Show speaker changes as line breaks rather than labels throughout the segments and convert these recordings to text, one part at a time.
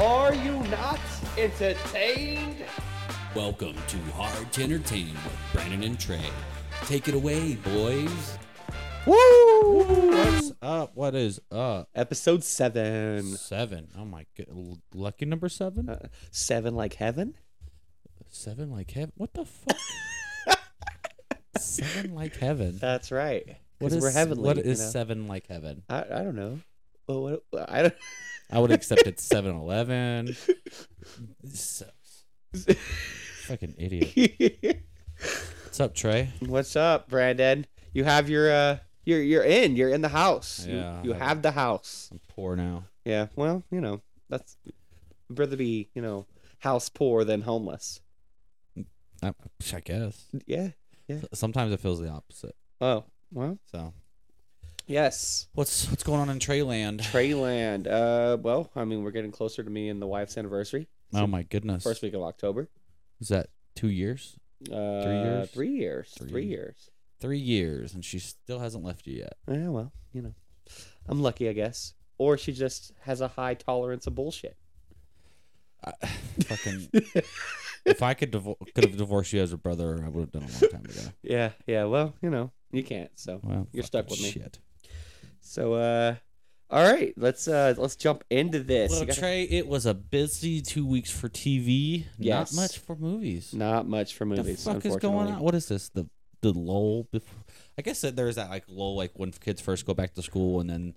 Are you not entertained?
Welcome to Hard to Entertain with Brandon and Trey. Take it away, boys.
Woo!
What's up? What is up?
Episode seven.
Seven. Oh my god. L- Lucky number seven?
Uh, seven like heaven?
Seven like heaven? What the fuck? seven like heaven.
That's right.
What
Because
is
we're heavenly.
What
you
is
know?
seven like heaven?
I, I don't know. Well, what, I don't.
I would accept it seven eleven. Fucking idiot. What's up, Trey?
What's up, Brandon? You have your uh, you're you're in. You're in the house. You-
Yeah, I
You,
have-
have the house.
I'm poor now.
Yeah. Well, you know that's I'd rather be you know house poor than homeless.
I, I guess.
Yeah.
Sometimes it feels the opposite.
Oh. Well.
So
Yes.
what's what's going on in Trey land?
Treyland. Uh, well, I mean, we're getting closer to me and the wife's anniversary.
Oh my goodness.
First week of October.
Is that two years?
Uh,
years?
Three years. Three,
Three
years.
three years and she still hasn't left you yet.
Yeah, well, you know, I'm lucky, I guess. Or she just has a high tolerance of bullshit.
I, fucking, if I could divor- could have divorced you as a brother, I would have done it a long time ago.
Yeah, yeah. Well, you know, you can't. So,
Well,
You're
fucking
stuck with me.
Shit.
so, uh, all right. Let's uh, let's jump into this.
Well,
You got-
Trey, it was a busy two weeks for TV.
Yes.
Not much for movies.
Not much for movies.
the fuck is
unfortunately.
going on? What is this? The the lull. Before, I guess that there's that like lull, like when kids first go back to school, and then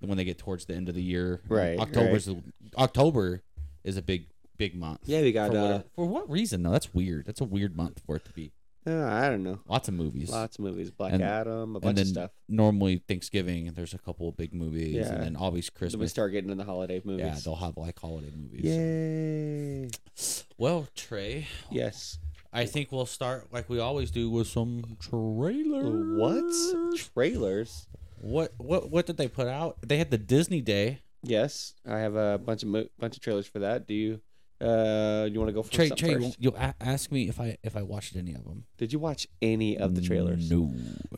when they get towards the end of the year,
Right,
October's the- October is a big big month.
Yeah, we got.
for,
Uh,
whatever- for what reason? though? that's weird. That's a weird month for it to be.
uh, I don't know.
Lots of movies.
Lots of movies. Black
And-
Adam. A
and
bunch
then
of stuff.
normally Thanksgiving, there's a couple of big movies,
Yeah.
and then always
Then we
Christmas.
start getting into the holiday movies.
yeah, they'll have like holiday movies.
Yay!
Well, Trey,
Yes.
I think we'll start like we always do with some trailers.
What trailers?
What? What? What did they put out? They had the Disney Day.
Yes, I have a bunch of mo- bunch of trailers for that. Do you? Uh, you want to go for
Trey,
something
Trey,
first?
you'll a- ask me if I if I watched any of them.
Did you watch any of the trailers?
No.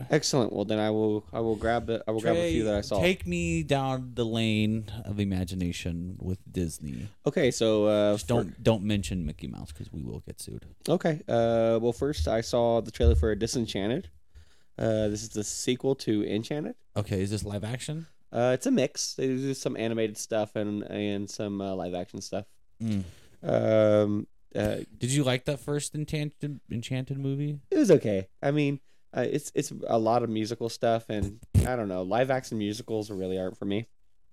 Excellent. Well, then I will I will grab the I will grab a few that I saw.
Take me down the lane of imagination with Disney.
okay, so uh,
Just don't don't mention Mickey Mouse because we will get sued.
fir- okay. Uh, well, first I saw the trailer for Disenchanted. Uh, this is the sequel to Enchanted.
Okay, is this live action?
Uh, it's a mix. They do some animated stuff and and some uh, live action stuff.
Mm.
Um, uh,
Did you like that first Enchanted Enchanted movie?
it was okay. I mean, uh, it's it's a lot of musical stuff, and I don't know, live action musicals really aren't for me.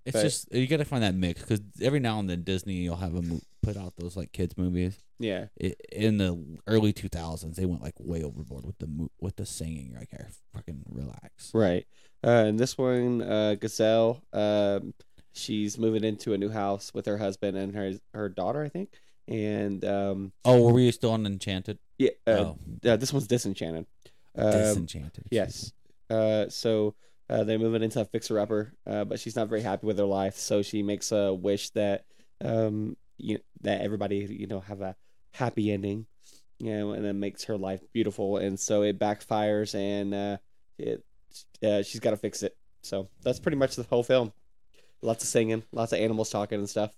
It's
But-
just you got to find that mix because every now and then Disney you'll have a mo- put out those like kids movies.
Yeah,
I in the early two thousands, they went like way overboard with the mo- with the singing. You're like, "Ah, fucking relax.
right. Uh, and this one, uh, Gazelle, um, she's moving into a new house with her husband and her her daughter, I think. And um,
Oh, were we still on Enchanted?
yeah, uh,
oh,
uh, this one's disenchanted. Um,
Disenchanted. excuse
Yes. Uh, so uh, they move it into a fixer upper, uh, but she's not very happy with her life. So she makes a wish that um, you, that everybody you know have a happy ending, you know, and then makes her life beautiful. And so it backfires, and uh, it uh, she's got to fix it. So that's pretty much the whole film. Lots of singing, lots of animals talking and stuff.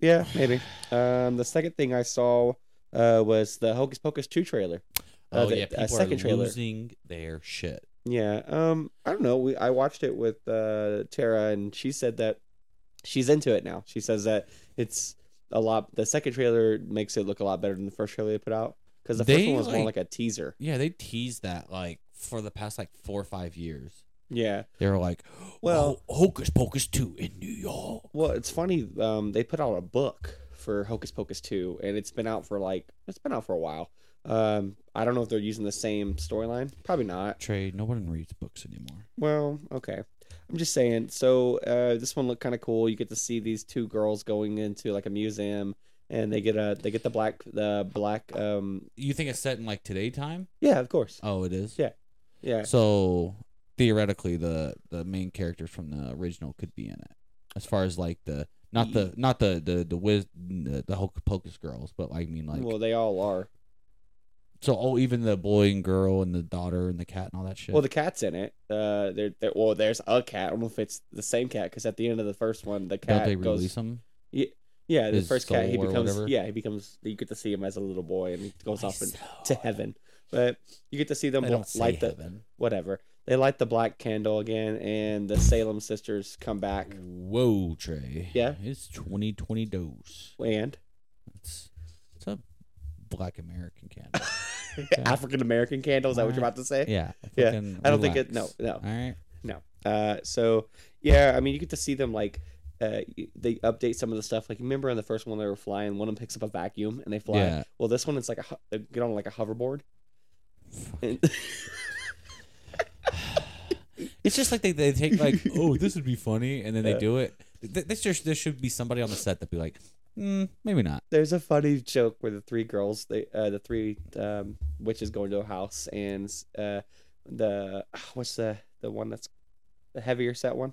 Yeah, maybe. Um, the second thing I saw uh, was the Hocus Pocus two trailer.
me.
Uh,
Oh
the-
yeah,
a
people
second
are
trailer.
losing their shit.
Yeah. Um. I don't know. We I watched it with uh Tara, and she said that she's into it now. She says that it's a lot. The second trailer makes it look a lot better than the first trailer they put out because the first
They,
one was more
like-
like a teaser.
Yeah, they teased that like for the past like four or five years.
Yeah.
They were like,
Well-
well, Hocus Pocus two in New York.
Well, it's funny. Um, they put out a book for Hocus Pocus two, and it's been out for like it's been out for a while. Um, I don't know if they're using the same storyline. Probably not.
Trey, no one reads books anymore.
Well, okay. I'm just saying. So uh, this one looked kind of cool. You get to see these two girls going into like a museum, and they get a they get the black the black um
You think it's set in like today time?
yeah of course
Oh, it is.
Yeah. yeah
So theoretically, the the main characters from the original could be in it, as far as like the not the not the the the wiz the, the Hocus Pocus girls, but like I mean like
well they all are
So oh, even the boy and girl and the daughter and the cat and all that shit.
Well, the cat's in it. Uh, there, there. Well, there's a cat. I don't know if it's the same cat because at the end of the first one, the
Don't
cat
they
goes.
release him?
Yeah, the
his
first cat. He
soul or
becomes.
whatever?
Yeah, he becomes. You get to see him as a little boy, and he goes
My
off and, to
soul.
heaven. But you get to see them
They
bl-
don't say
light the
heaven.
whatever. They light the black candle again, and the Salem sisters come back.
Whoa, Trey.
Yeah?
It's 2020 dose.
And
It's, it's a black American candle.
African American candle. Is that what you're about to say?
yeah.
Yeah,
fucking
I don't think it. No,
relax.
no.
All right.
No. Uh, so yeah, I mean, you get to see them like uh, y- they update some of the stuff. Like remember on the first one they were flying, one of them picks up a vacuum and they fly.
Yeah.
Well, this one it's like a ho- they get on like a hoverboard. And
It's just like they, they take like, oh, this would be funny, and then they
Yeah.
do it. Th- This just there should be somebody on the set that be like, mm, maybe not.
There's a funny joke where the three girls, they uh, the three um, witches go into a house and uh, the ah, what's the the one that's the heavier set one.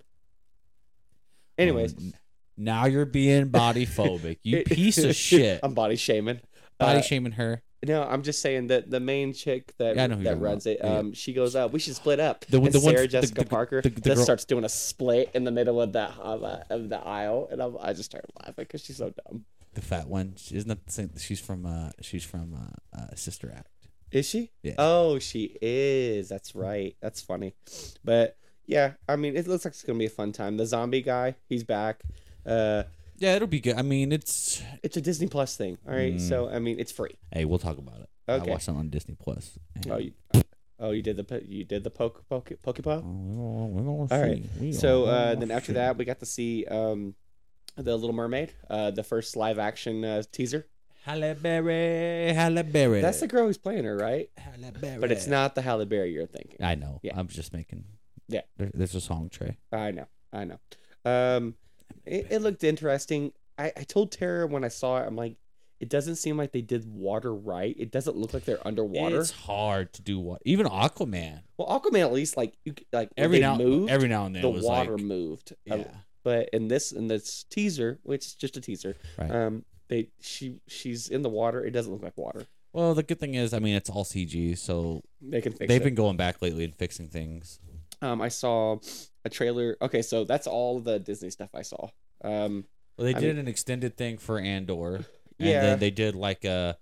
Anyways,
Um, now you're being body phobic, you
it-
piece of shit.
I'm body shaming.
body
uh,
shaming her.
No, I'm just saying that the main chick that
Yeah, I know who you're
that
talking
runs
about.
it,
Yeah, yeah.
um, she goes up. We should split up.
The-
The,
the one-
Sarah
the-
Jessica
the-
Parker
the- the
just
girl-
starts doing a split in the middle of that of, uh, of the aisle, and I'm, I just start laughing because she's so dumb.
The fat one. She- Isn't that the same? She's from uh, she's from uh, uh, Sister Act.
Is she?
Yeah.
Oh, she is. That's right. That's funny. But yeah, I mean, it looks like it's gonna be a fun time. The zombie guy, he's back. Uh,
Yeah, it'll be good. I mean, it's
it's a Disney Plus thing. All right,
Mm.
so I mean, it's free.
hey, we'll talk about it.
Okay.
I watched it on Disney Plus.
Oh, you, oh, you did the po- you did the poke poke poke
Oh, we don't- we don't
All right.
see. We
So
don't-
uh,
we
then
don't
after
see.
that, we got to see um, the Little Mermaid, uh, the first live action uh, teaser.
Halle Berry, Halle Berry.
That's the girl who's playing her, right?
Halle Berry.
But it's not the Halle Berry you're thinking.
I know.
Yeah.
I'm just making.
Yeah.
There, there's a song tray.
I know, I know. Um, it, it looked interesting. I, I told Tara when I saw it, I'm like, it doesn't seem like they did water right. It doesn't look like they're underwater.
It's hard to do what even Aquaman.
Well, Aquaman at least like you c- like when
Every
they
now
moved,
every now and then
the
it was
water
like,
moved. a-
yeah.
but in this in this teaser, which is just a teaser,
Right.
um, they she she's in the water. It doesn't look like water.
Well, the good thing is, I mean, it's all CG, so
They can fix
they've
it.
been going back lately and fixing things.
um, I saw a trailer. Okay, so that's all the Disney stuff I saw. Um,
Well, they
I
did an extended thing for Andor, and
Yeah.
then they did like a,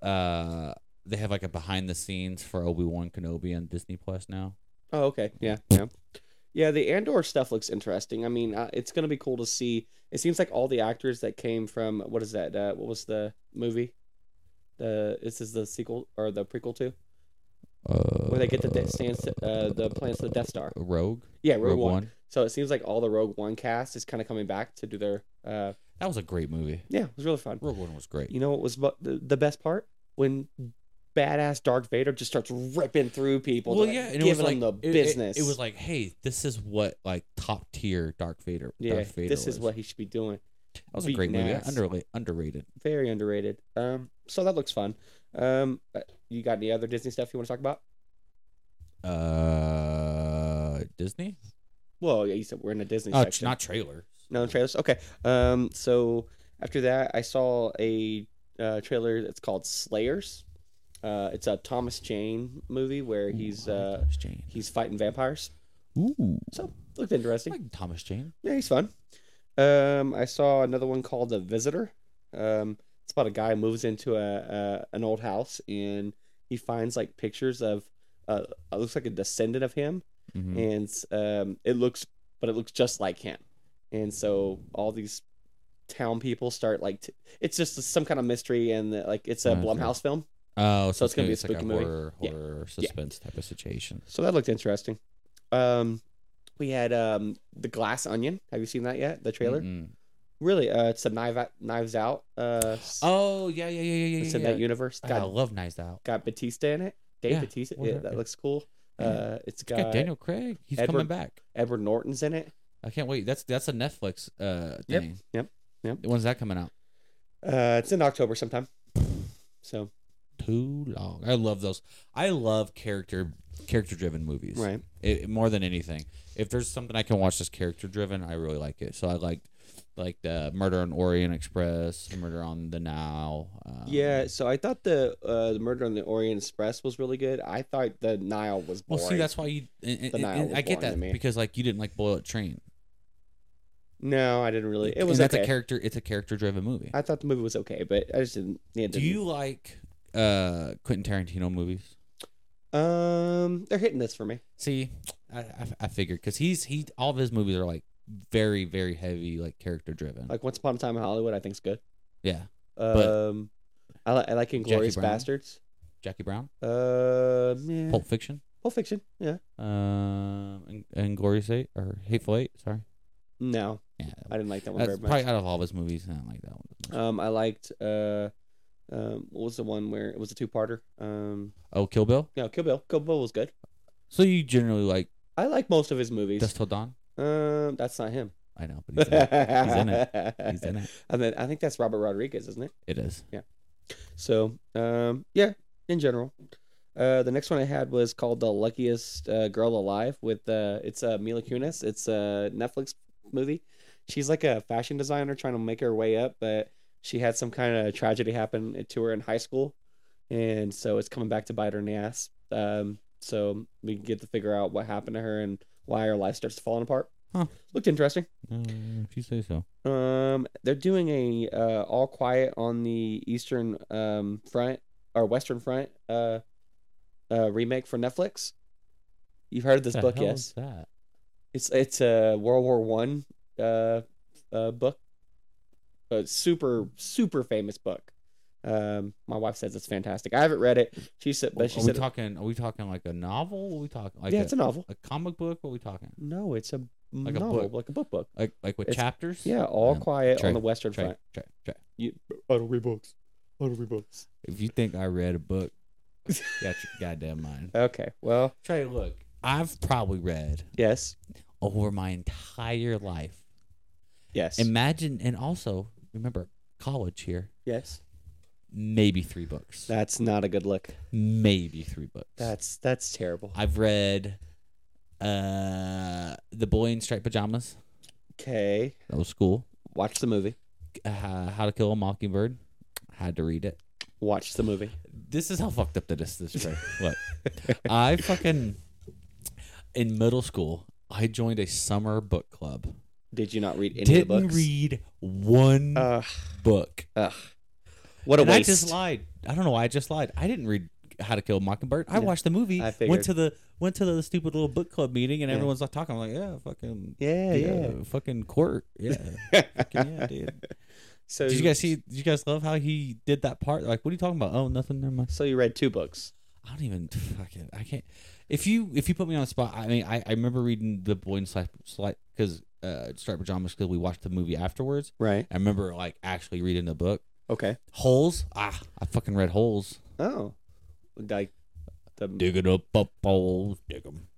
uh, they have like a behind the scenes for Obi Wan Kenobi on Disney Plus now.
oh, okay, yeah, yeah, yeah. The Andor stuff looks interesting. I mean, uh, it's gonna be cool to see. It seems like all the actors that came from what is that? Uh, what was the movie? The this is the sequel or the prequel to
Uh,
where they get the de- stance, uh, the plans to the Death Star.
Rogue,
Yeah, Rogue, One.
One.
So it seems like all the Rogue One cast is kind of coming back to do their. Uh,
That was a great movie.
yeah, it was really fun.
Rogue One was great.
You know what was bu- the, the best part? When badass Darth Vader just starts ripping through people.
Well,
like,
yeah, and
giving
it was like
them
it-
the
it-
business.
It, was like, hey, this is what like top tier Darth Vader.
yeah,
Darth Vader
this is
was.
what he should be doing.
that was a
beat
great movie.
ass.
Underrated, underrated.
Very underrated. Um, so that looks fun. Um, uh, you got any other Disney stuff you want to talk about?
Uh, Disney.
Well, yeah, you said we're in a Disney
Oh, it's
section.
not trailers.
no trailers. Okay. Um, so after that, I saw a uh, trailer that's called Slayers. Uh, it's a Thomas Jane movie where he's
Ooh, I
uh,
like Thomas Jane.
he's fighting vampires.
Ooh,
So looked
I
interesting.
like Thomas Jane.
Yeah, he's fun. Um, I saw another one called The Visitor. Um, it's about a guy who moves into a, a an old house and he finds like pictures of uh, it looks like a descendant of him,
Mhm.
and um, it looks but it looks just like him, and so all these town people start like t- it's just some kind of mystery and uh, like it's a
Nice.
Blumhouse film,
Oh, so,
So it's gonna be a
it's like
spooky movie.
horror,
Yeah.
horror suspense type of situation.
so that looked interesting. Um, we had um, the Glass Onion. Have you seen that yet? The trailer.
Mm-mm.
Really, uh, it's a knife knives out. Uh, s-
Oh yeah, yeah, yeah, yeah, yeah.
it's in
yeah.
that universe.
Ah,
Got
I love Knives Out.
got Batista in it. Dave
Yeah,
Batista.
well,
Yeah,
there-
that looks cool.
Yeah.
Uh, it's
It's got
got
Daniel Craig. He's coming
Edward-
back.
Edward Norton's in it.
I can't wait. That's that's a Netflix uh
Yep,
thing.
yep, yep.
When's that coming out?
Uh, it's in October sometime. So
too long. I love those. I love character character driven movies.
right,
It, more than anything, if there's something I can watch that's character driven, I really like it. So I liked like the Murder on Orient Express, Murder on the Nile. Um,
yeah, so I thought the uh, the Murder on the Orient Express was really good. I thought the Nile was
Well,
boring.
see, that's why you. And, and-
The Nile
and
was
I get
boring to
that
me.
because like you didn't like Boiler Train.
no, I didn't really. It
And
was
that's
okay.
a character. It's a character-driven movie.
I thought the movie was okay, but I just didn't. Yeah,
Do
didn't-
you like uh Quentin Tarantino movies?
Um, they're hitting this for me.
See, I I, I figured because he's he all of his movies are like very very heavy like character-driven.
Like Once Upon a Time in Hollywood, I think's good.
yeah, But-
Um, I, li- I like Inglorious
Brown?
Bastards.
Jackie Brown,
Uh, yeah. Pulp.
Pulp Fiction,
Fiction. Yeah.
um, and, and Glorious Eight or Hateful Eight. Sorry,
No,
yeah.
I didn't like that one
That's
very much.
probably out of all of his movies, I don't like that one. as much.
Um, I liked uh, um, what was the one where it was a two-parter? Um,
oh, Kill Bill.
no, Kill Bill. Kill Bill was good.
So you generally like
I like most of his movies.
Dust Till Dawn?
um, that's not him.
I know, but he's in it. in He's in it.
And then I think that's Robert Rodriguez, isn't it?
It is.
So, um, yeah, in general. Uh, the next one I had was called "The Luckiest uh, Girl Alive" with uh, it's uh, Mila Kunis. It's a Netflix movie. She's like a fashion designer trying to make her way up, but she had some kind of tragedy happen to her in high school, and so it's coming back to bite her in the ass. Um, so we get to figure out what happened to her and why her life starts falling apart.
Huh.
Looked interesting.
Um, if you say so.
Um, they're doing a uh, all quiet on the Eastern um front or Western front uh, uh remake for Netflix. You've heard of this
The
book,
hell is
yes?
that?
It's it's a World War One uh, uh book, a super super famous book. Um, my wife says it's fantastic. I haven't read it. She said, but she
are we
said,
talking? Are we talking like a novel? What are we talking like
yeah,
a,
it's a novel.
a comic book? What are we talking?
No, it's a
a
novel,
book.
like a book book.
Like like with
It's-
chapters?
Yeah, all
Um,
quiet
try-
on the Western
Try,
front.
try, try.
I don't read books. I don't read books.
If you think I read a book, got your goddamn mind.
Okay, well,
Trey, look, I've probably read
yes,
over my entire life.
yes,
Imagine and also remember college here.
yes.
Maybe three books.
That's not a good look.
Maybe three books.
That's that's terrible.
I've read uh The Boy in Striped Pajamas.
Okay,
That was cool.
watch the movie.
Uh, How to Kill a Mockingbird. Had to read it.
Watch the movie.
This is how fucked up that is this right. Look. I fucking in middle school, I joined a summer book club.
Did you not read any of the
Didn't
books? Uh,
read one
Ugh,
book.
ugh. What a
and
waste.
I just lied. I don't know why I just lied. I didn't read How to Kill a Mockingbird. I
Yeah,
watched the movie.
I
went
figured.
to the went to the stupid little book club meeting, and
Yeah.
everyone's like talking. I'm like, yeah, fucking,
yeah, yeah.
fucking court, yeah, fucking yeah, dude.
So
Did you guys see? Did you guys love how he did that part? Like, what are you talking about? Oh, nothing. Never mind.
So you read two books.
I don't even fucking. I can't. If you if you put me on the spot, I mean, I, I remember reading the boy in slight slight because uh, striped pajamas because we watched the movie afterwards.
Right.
I remember like actually reading the book.
Okay.
Holes. Ah, I fucking read holes.
Oh, like the
Dig it up, up holes. Dig them.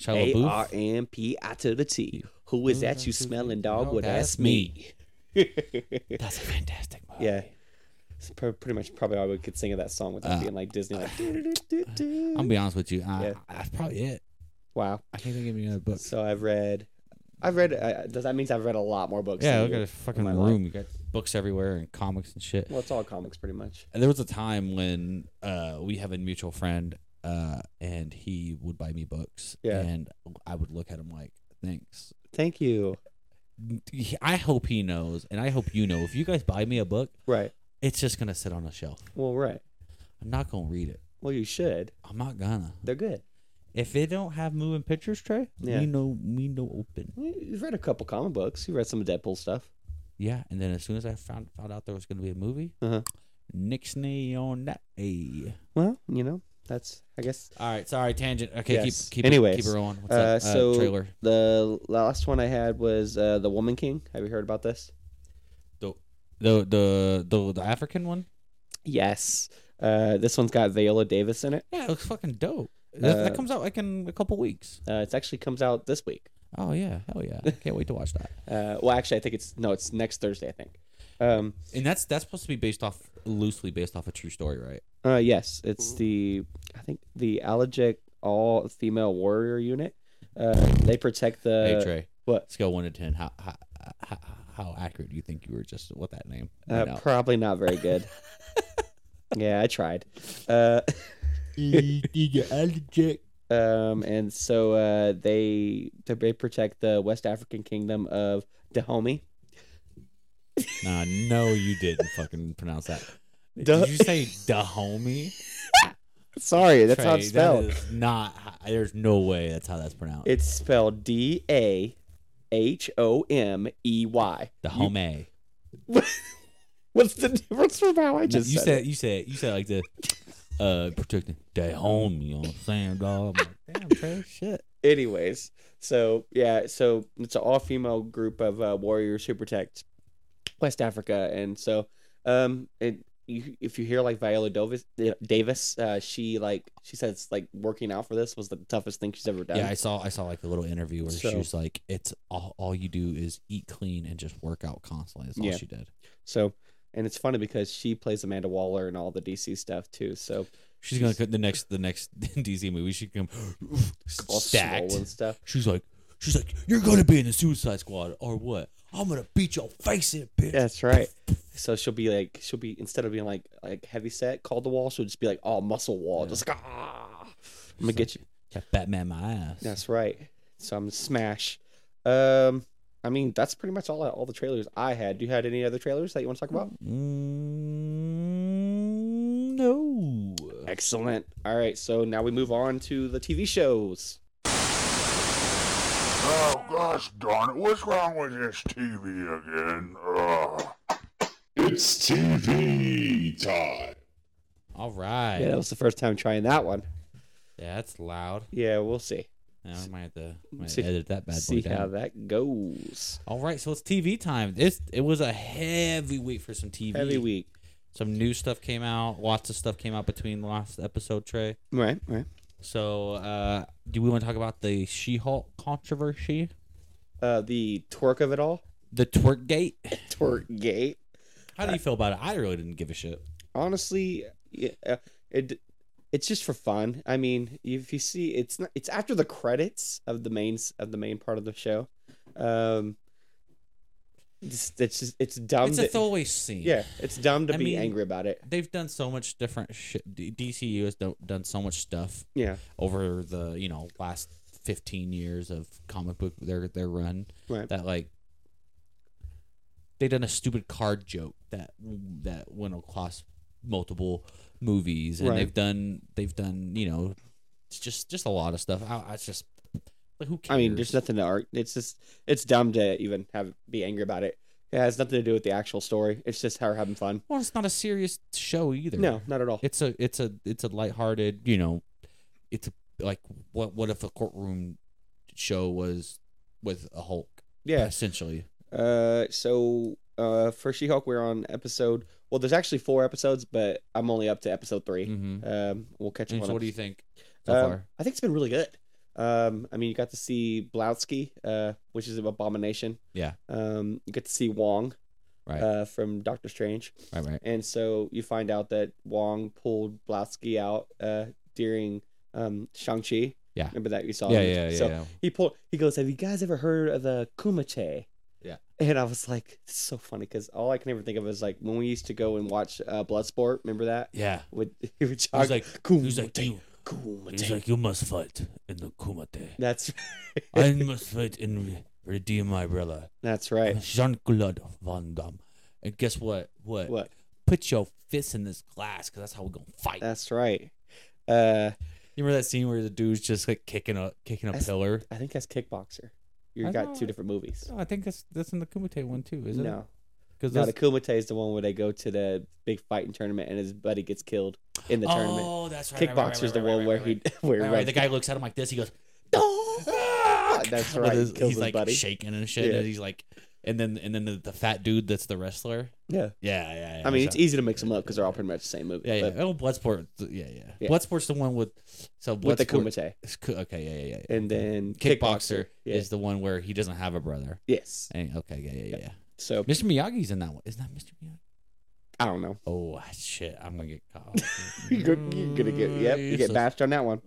Shia
A
LaBeouf.
R E. M P I to the T. Who is that you smelling, dog?
Dog,
Well, that's
that's
me.
me. That's a fantastic movie.
Yeah. It's pr- pretty much probably all we could sing of that song without
Uh,
being like Disney. Like,
I'm gonna be honest with you. I,
Yeah.
That's probably it.
wow.
I can't think of any other book.
So I've read, I've read. Uh, does that means I've read a lot more books? than
Yeah, look at
you.
a fucking
my life.
room. You got books everywhere and comics and shit.
Well, it's all comics, pretty much.
And there was a time when uh, we have a mutual friend, uh, and he would buy me books,
Yeah.
and I would look at him like, "Thanks."
Thank you.
He- I hope he knows, and I hope you know. If you guys buy me a book,
Right.
it's just gonna sit on a shelf.
Well, right.
I'm not gonna read it.
Well, you should.
I'm not gonna.
They're good.
If it don't have moving pictures, Trey,
Yeah.
we know we know open.
You- You've read a couple comic books. You read some Deadpool stuff.
Yeah, and then as soon as I found found out there was gonna be a movie,
Uh-huh.
Nick's knee on that. Hey.
Well, you know, that's I guess
All right, sorry, tangent. Okay,
Yes.
keep keep
Anyways,
it, keep it rolling. What's
uh,
up? Uh,
so-
trailer.
the last one I had was uh, the Woman King. Have you heard about this?
The the the the African one?
Yes. Uh, this one's got Viola Davis in it.
Yeah, it looks fucking dope. That, that
Uh,
comes out like in a couple weeks.
Uh, it actually comes out this week.
Oh yeah, hell yeah! I can't wait to watch that.
Uh, well, actually, I think it's no, it's next Thursday. I think. Um,
And that's that's supposed to be based off loosely based off a true story, right?
Uh, yes, it's the I think the allergic all female warrior unit. Uh, they protect the
hey Trey,
what?
scale one to ten, how how, how, how accurate do you think you were just with that name?
Uh,
No.
Probably not very good. yeah, I tried. Uh, um, and so uh, they they protect the West African kingdom of Dahomey.
Nah, no, you didn't fucking pronounce that.
Duh.
Did you say Dahomey?
Sorry, that's how
Trey,
it's spelled.
That is not. how- There's no way that's how that's pronounced.
It's spelled D A H O M E Y.
Dahomey.
What's the difference from how I
You,
just
you
said?
said you said you said like the uh protecting Dahomey. You know what I'm saying, dog? I'm like, Damn, Trey, shit.
it? Anyways, so yeah, so it's an all female group of uh, warriors who protect West Africa, and so um, it, you, if you hear like Viola Davis, Davis, uh, she like she says like working out for this was the toughest thing she's ever done.
Yeah, I saw I saw like a little interview where she
So-
was like, "It's all, all you do is eat clean and just work out constantly." That's all
Yeah.
she did.
So, and it's funny because she plays Amanda Waller and all the DC stuff too. So
She's gonna cut the next the next DC movie. She come
all
stacked.
swollen stuff.
She's like, she's like, "You're gonna be in the Suicide Squad or what? I'm gonna beat your face in, bitch."
That's right. So she'll be like, she'll be instead of being like like heavy set called the wall, she'll just be like, oh muscle wall,
Yeah.
just like, ah, I'm gonna get you.
Yeah, Batman my ass.
That's right. So I'm smash. Um, I mean that's pretty much all all the trailers I had. Do you had any other trailers that you want to talk about?
Mm, no.
Excellent. All right, so now we move on to the TV shows.
Oh gosh darn it, what's wrong with this TV again? Ugh.
It's TV time.
All right.
Yeah, that was the first time trying that one.
Yeah, that's loud.
Yeah, we'll see.
Yeah, I might have to, might
See-
edit that bad boy
see
down.
how that goes.
All right, so it's TV time. This it was a heavy week for some TV.
Heavy week.
Some new stuff came out. Lots of stuff came out between last episode, Trey.
Right, right.
So, uh, do we want to talk about the She-Hulk controversy,
Uh, the twerk of it all,
the twerk gate?
twerk gate.
How do you feel about it? I really didn't give a shit.
honestly, yeah, uh, it it's just for fun. I mean, if you see, it's not, it's after the credits of the main s- of the main part of the show. Um, it's, it's just it's dumb.
it's a
to-
throwaway scene.
Um, yeah, it's dumb to
I
be
mean-
angry about it.
they've done so much different shit. D- DCU has do- done so much stuff
Yeah,
over the you know last fifteen years of comic book their their run
right.
that like they done a stupid card joke that that went across multiple movies and
Right.
they've done they've done you know it's just just a lot of stuff. I, I it's just like who cares?
I mean, there's nothing to art. It's just it's dumb to even have be angry about it. It has nothing to do with the actual story. It's just her having fun.
well, it's not a serious show either.
No, not at all.
it's a it's a it's a lighthearted, you know, it's a like what what if a courtroom show was with a Hulk?
Yeah,
essentially.
Uh, so uh, for She-Hulk, we're on episode. Well, there's actually four episodes, but I'm only up to episode 3
Mm-hmm.
Um, we'll catch up.
And
on
so what do
episode-
you think so
Um,
far?
I think it's been really good. Um, I mean, you got to see Blowski, uh, which is an abomination.
Yeah.
Um, you get to see Wong,
Right,
uh, from Doctor Strange,
right, right.
and so you find out that Wong pulled Blowski out uh, during um Shang Chi.
Yeah.
Remember that you saw?
Yeah,
him?
yeah, yeah,
So
yeah.
he pulled he goes have you guys ever heard of the kumache
Yeah.
and i was like it's so funny because all i can ever think of is like when we used to go and watch uh bloodsport remember that
Yeah.
with he would
He was
talk,
like, he was like,
"Kumite,
you, he was
kumite."
like, you must fight in the Kumate.
that's
I must fight and re- redeem my brother,
that's right
Jean Claude Van Damme. And guess what? What?
what
Put your fist in this glass because that's how we're gonna fight.
that's right uh
you remember that scene where the dude's just like kicking a kicking a
That's-
pillar?
i think that's kickboxer you
I
got
thought-
two different movies
I think that's that's in the Kumite one too, isn't it?
no
Because
no the kumite is the one where they go to the big fighting tournament and his buddy gets killed in the tournament
Oh, that's right. right, right,
kickboxer's
right,
the
right,
one
right,
where
right,
he where
right,
he
right,
runs
the guy looks at him like this. He goes,
That's
With
right.
his-
Kills
he's
his
like
buddy.
shaking and shit.
Yeah.
And he's like, and then and then the, the fat dude that's the wrestler.
yeah
Yeah, yeah. yeah
I mean,
so-
it's easy to mix them up because they're all pretty much the same movie.
Yeah, yeah.
but
Oh, Bloodsport. th- Yeah, yeah,
Yeah.
Bloodsport's the one with so
With the
Bloodsport-
Kumite.
it's Ku- Okay, yeah, yeah, yeah.
And then
Kickboxer
yeah.
is the one where he doesn't have a brother.
Yes.
And, okay, yeah, yeah, yeah, yeah.
So,
Mr. Miyagi's in that one. Isn't that Mr. Miyagi?
I don't know.
Oh ah, shit! I'm gonna get caught.
You're go- you're gonna get yep. You get
Mm, So-
bashed on that one.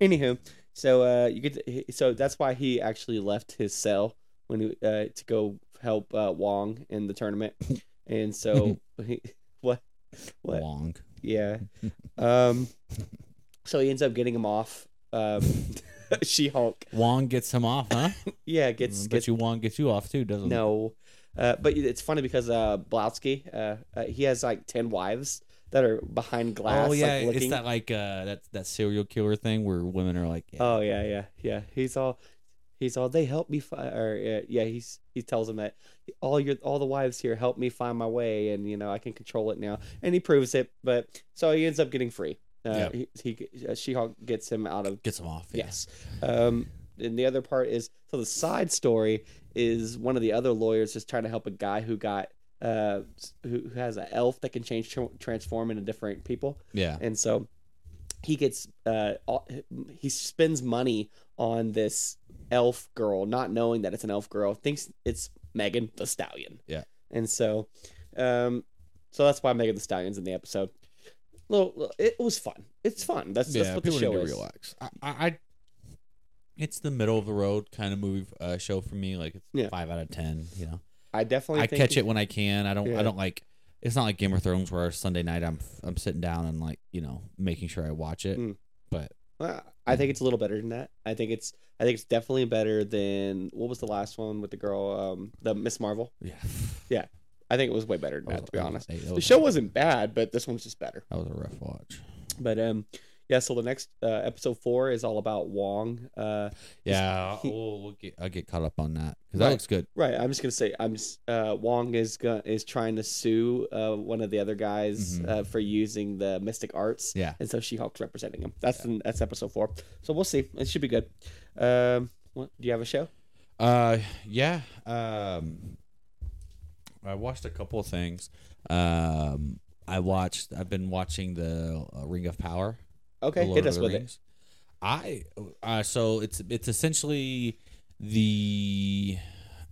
Anywho, so uh, you get to, he- so that's why he actually left his cell when he, uh, to go help uh, Wong in the tournament, and so what what
Wong.
yeah. Um, so he ends up getting him off. Um, she Hulk.
Wong gets him off, huh?
Yeah, gets
I bet
gets
you Wong gets you off too, doesn't it?
no. Uh, but it's funny because uh, Blowski, uh, uh, he has like ten wives that are behind glass.
oh yeah,
like, looking.
it's that like uh that that serial killer thing where women are like, yeah,
Oh yeah, yeah, yeah. He's all, he's all. They help me find. Or yeah, yeah, he's he tells him that all your all the wives here help me find my way, and you know I can control it now. And he proves it, but so he ends up getting free. Uh,
Yeah.
He, he uh, She-Hulk gets him out of
gets him off. yeah.
Yes. Um, and the other part is so the side story is one of the other lawyers is trying to help a guy who got uh s- who, who has an elf that can change tr- transform into different people,
yeah,
and so he gets uh all, he spends money on this elf girl, not knowing that it's an elf girl, thinks it's Megan the Stallion.
Yeah.
and so um so that's why Megan the Stallion's in the episode. Well, it was fun. It's fun. That's, that's
yeah.
what the
People
show
need to
is.
relax. I, I, I- it's the middle of the road kind of movie uh, show for me. Like it's
Yeah.
five out of ten. You know,
I definitely
I
think
catch it when I can. I don't.
Yeah.
I don't like. It's not like Game of Thrones where Sunday night I'm I'm sitting down and like you know making sure I watch it.
Mm.
But
Well, I think it's a little better than that. I think it's I think it's definitely better than what was the last one with the girl, um, the Miss Marvel.
yeah,
I think it was way better than that, to
That was-
be
that was-
honest.
hey, that
The
was-
show wasn't bad, but this one's just better.
That was a rough watch.
But um, yeah. So the next uh, episode four is all about Wong. Uh,
Yeah,
he-
we'll, we'll get, I'll get caught up on that because
Right.
that looks good.
right. I'm just gonna say I'm s- uh, Wong is go- is trying to sue uh, one of the other guys
Mhm.
uh, for using the mystic arts.
Yeah.
and so She Hulk's representing him. That's the that's episode four. So we'll see. It should be good. Um, what, do you have a show?
Uh, yeah. Um, I watched a couple of things. Um, I watched. I've been watching the uh, Ring of Power.
Okay,
the Lord
hit
of
us
the
with it.
Rings. I uh, so it's it's essentially the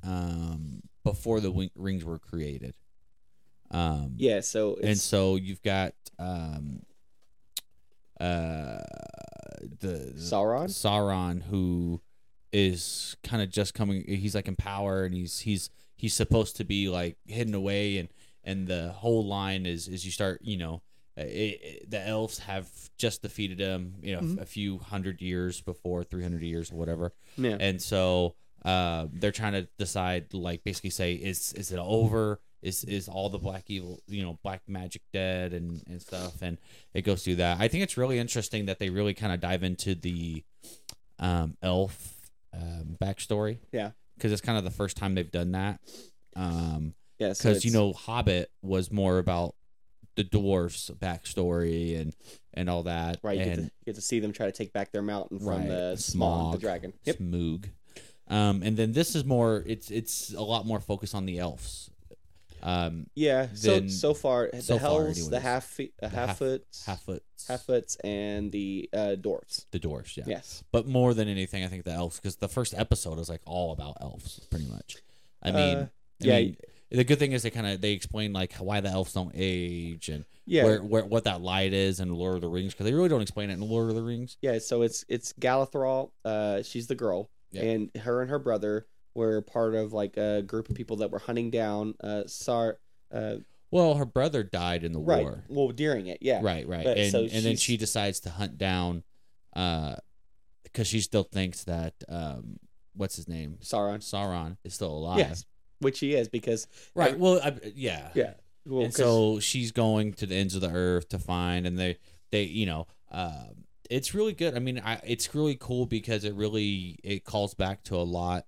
um before the wing, rings were created. Um,
Yeah, so it's,
and so you've got um uh the
Sauron.
Sauron, who is kind of just coming. He's like in power, and he's he's he's supposed to be like hidden away, and and the whole line is is you start you know. uh, It, it- the elves have just defeated him, you know,
Mhm.
a few hundred years before, three hundred years or whatever,
Yeah.
and so uh, they're trying to decide, like, basically say, is is it over? Is is all the black evil, you know, black magic dead and and stuff? And it goes through that. I think it's really interesting that they really kind of dive into the um, elf um, backstory.
Yeah.
because it's kind of the first time they've done that. Um,
Yeah, so
because you
it's-
know Hobbit was more about the dwarfs' backstory and and all that.
right, you get, to,
and
you get to see them try to take back their mountain from
Right,
the
the
smog, the
smog.
dragon. Yep.
Smoog. Um, and then this is more. It's it's a lot more focused on the elves. Um,
Yeah. So
Then-
so far, the
so far
hells, the
anyways.
half feet, the
The
half
half-
foots, half
Halfoots,
foots, and the uh, dwarfs.
the dwarfs, yeah.
Yes.
But more than anything, I think the elves because the first episode is like all about elves, pretty much. I mean,
Uh,
I
yeah.
mean, the good thing is they kind of they explain like why the elves don't age and
Yeah.
where, where what that light is in Lord of the Rings because they really don't explain it in Lord of the Rings.
yeah. So it's it's Galathral. Uh, she's the girl,
Yeah.
and her and her brother were part of like a group of people that were hunting down uh Sar. Uh,
Well, her brother died in the
right.
war.
Well, during it, yeah.
Right, right.
But-
and
so
and then
she's-
she decides to hunt down uh because she still thinks that um what's his name?
Sauron.
Sauron is still alive.
Yes. Which she is because
Right. Well, I, yeah.
yeah. Well,
and
'cause-
so she's going to the ends of the earth to find and they they you know um it's really good i mean I, it's really cool because it really it calls back to a lot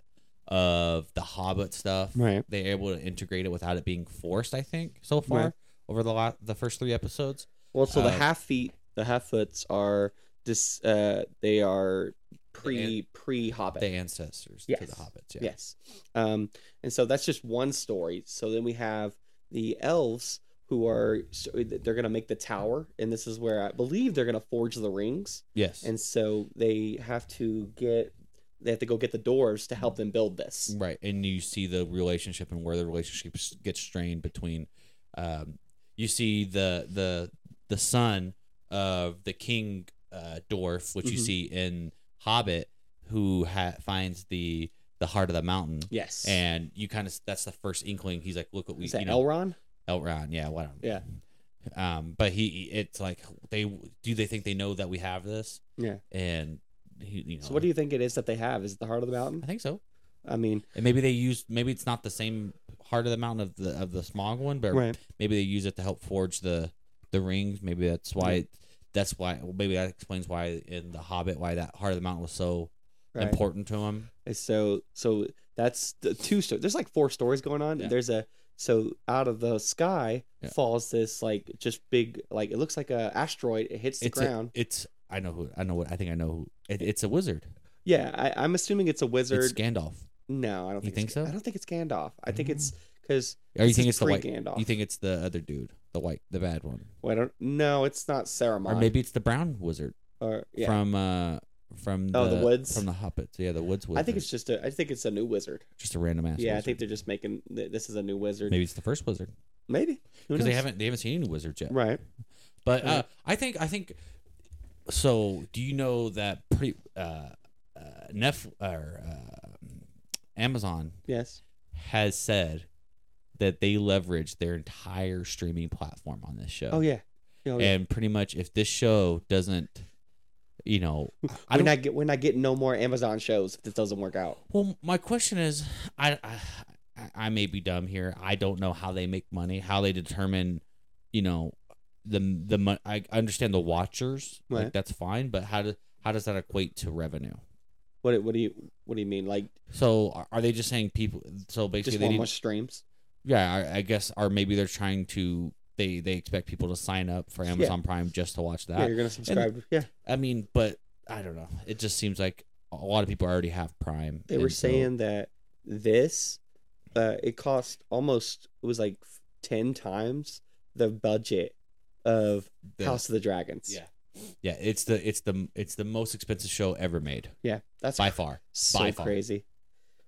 of the hobbit stuff
Right.
they're able to integrate it without it being forced i think so far
Right.
over the lot the first three episodes
Well, so the
Uh,
half feet, the half foots are dis, uh, they are pre pre Hobbit.
the ancestors to
Yes.
the hobbits yeah
Yes, um, and so that's just one story. So then we have the elves who are so they're going to make the tower, and this is where I believe they're going to forge the rings,
yes
and so they have to get they have to go get the doors to help them build this.
Right, and you see the relationship and where the relationship s- gets strained between. Um, you see the the the son of the king uh, dwarf, which you
Mhm.
see in Hobbit, who ha- finds the the heart of the mountain.
Yes.
And you kind of that's the first inkling. He's like, look what we
is that
you know,
Elron?
Elrond, yeah, whatever.
Yeah.
Um, but he, it's like they do they think they know that we have this,
Yeah.
and he, you know.
So what do you think it is that they have? Is it the heart of the mountain?
I think so.
I mean,
And maybe they use maybe it's not the same heart of the mountain of the of the smog one, but
right.
maybe they use it to help forge the the rings. Maybe that's why.
Yeah.
That's why. Well, maybe that explains why in the Hobbit why that heart of the mountain was so
Right.
important to him.
And So so that's the two stories. There's like four stories going on.
Yeah.
There's a so out of the sky
Yeah.
falls this like just big like it looks like a asteroid. It hits the
it's
ground.
A, it's I know who I know what I think I know who it, it's a wizard.
yeah, I, I'm assuming it's a wizard.
It's Gandalf.
no, I don't
You
think,
think
it's, Ga-
so? Mm.
I don't think it's Gandalf. I think it's because
Or you think it's the
pre
white?
Gandalf.
You think it's the other dude, the white, the bad one,
Well, I don't. No, it's not Saruman.
or maybe it's the brown wizard
Or yeah.
from uh from
Oh, the woods?
from the Hobbits. Yeah, the woods wizard.
I think it's just a. I think it's a new wizard.
just a random ass.
yeah, I
wizard.
think they're just making. th- This is a new wizard.
maybe it's the first wizard
Maybe. Who
because they
knows?
haven't they haven't seen any wizards yet.
Right.
But
Yeah.
uh, I think I think so. Do you know that pre uh, uh, Nef or uh, Amazon
Yes.
has said that they leverage their entire streaming platform on this show?
Oh yeah. Oh, yeah.
And pretty much, if this show doesn't, you know, I
we're
don't.
not get, we're not getting no more Amazon shows if this doesn't work out.
well, my question is, I, I I- I may be dumb here. I don't know how they make money, how they determine, you know, the the mon- I I understand the watchers,
Right.
like that's fine, but how do how does that equate to revenue?
What do- what do you what do you mean? Like
So are, are they just saying people? So basically,
just
they
want
need,
more streams?
yeah, I, I guess, or maybe they're trying to they they expect people to sign up for Amazon Prime just to watch that.
yeah, you're gonna subscribe. yeah,
I mean, but I don't know. It just seems like a lot of people already have Prime.
they were
and so-
saying that this uh, it cost almost it was like ten times the budget of
the-
House of the Dragons.
Yeah. Yeah, it's the it's the it's the most expensive show ever made
yeah, that's
by far.
so
by far.
crazy,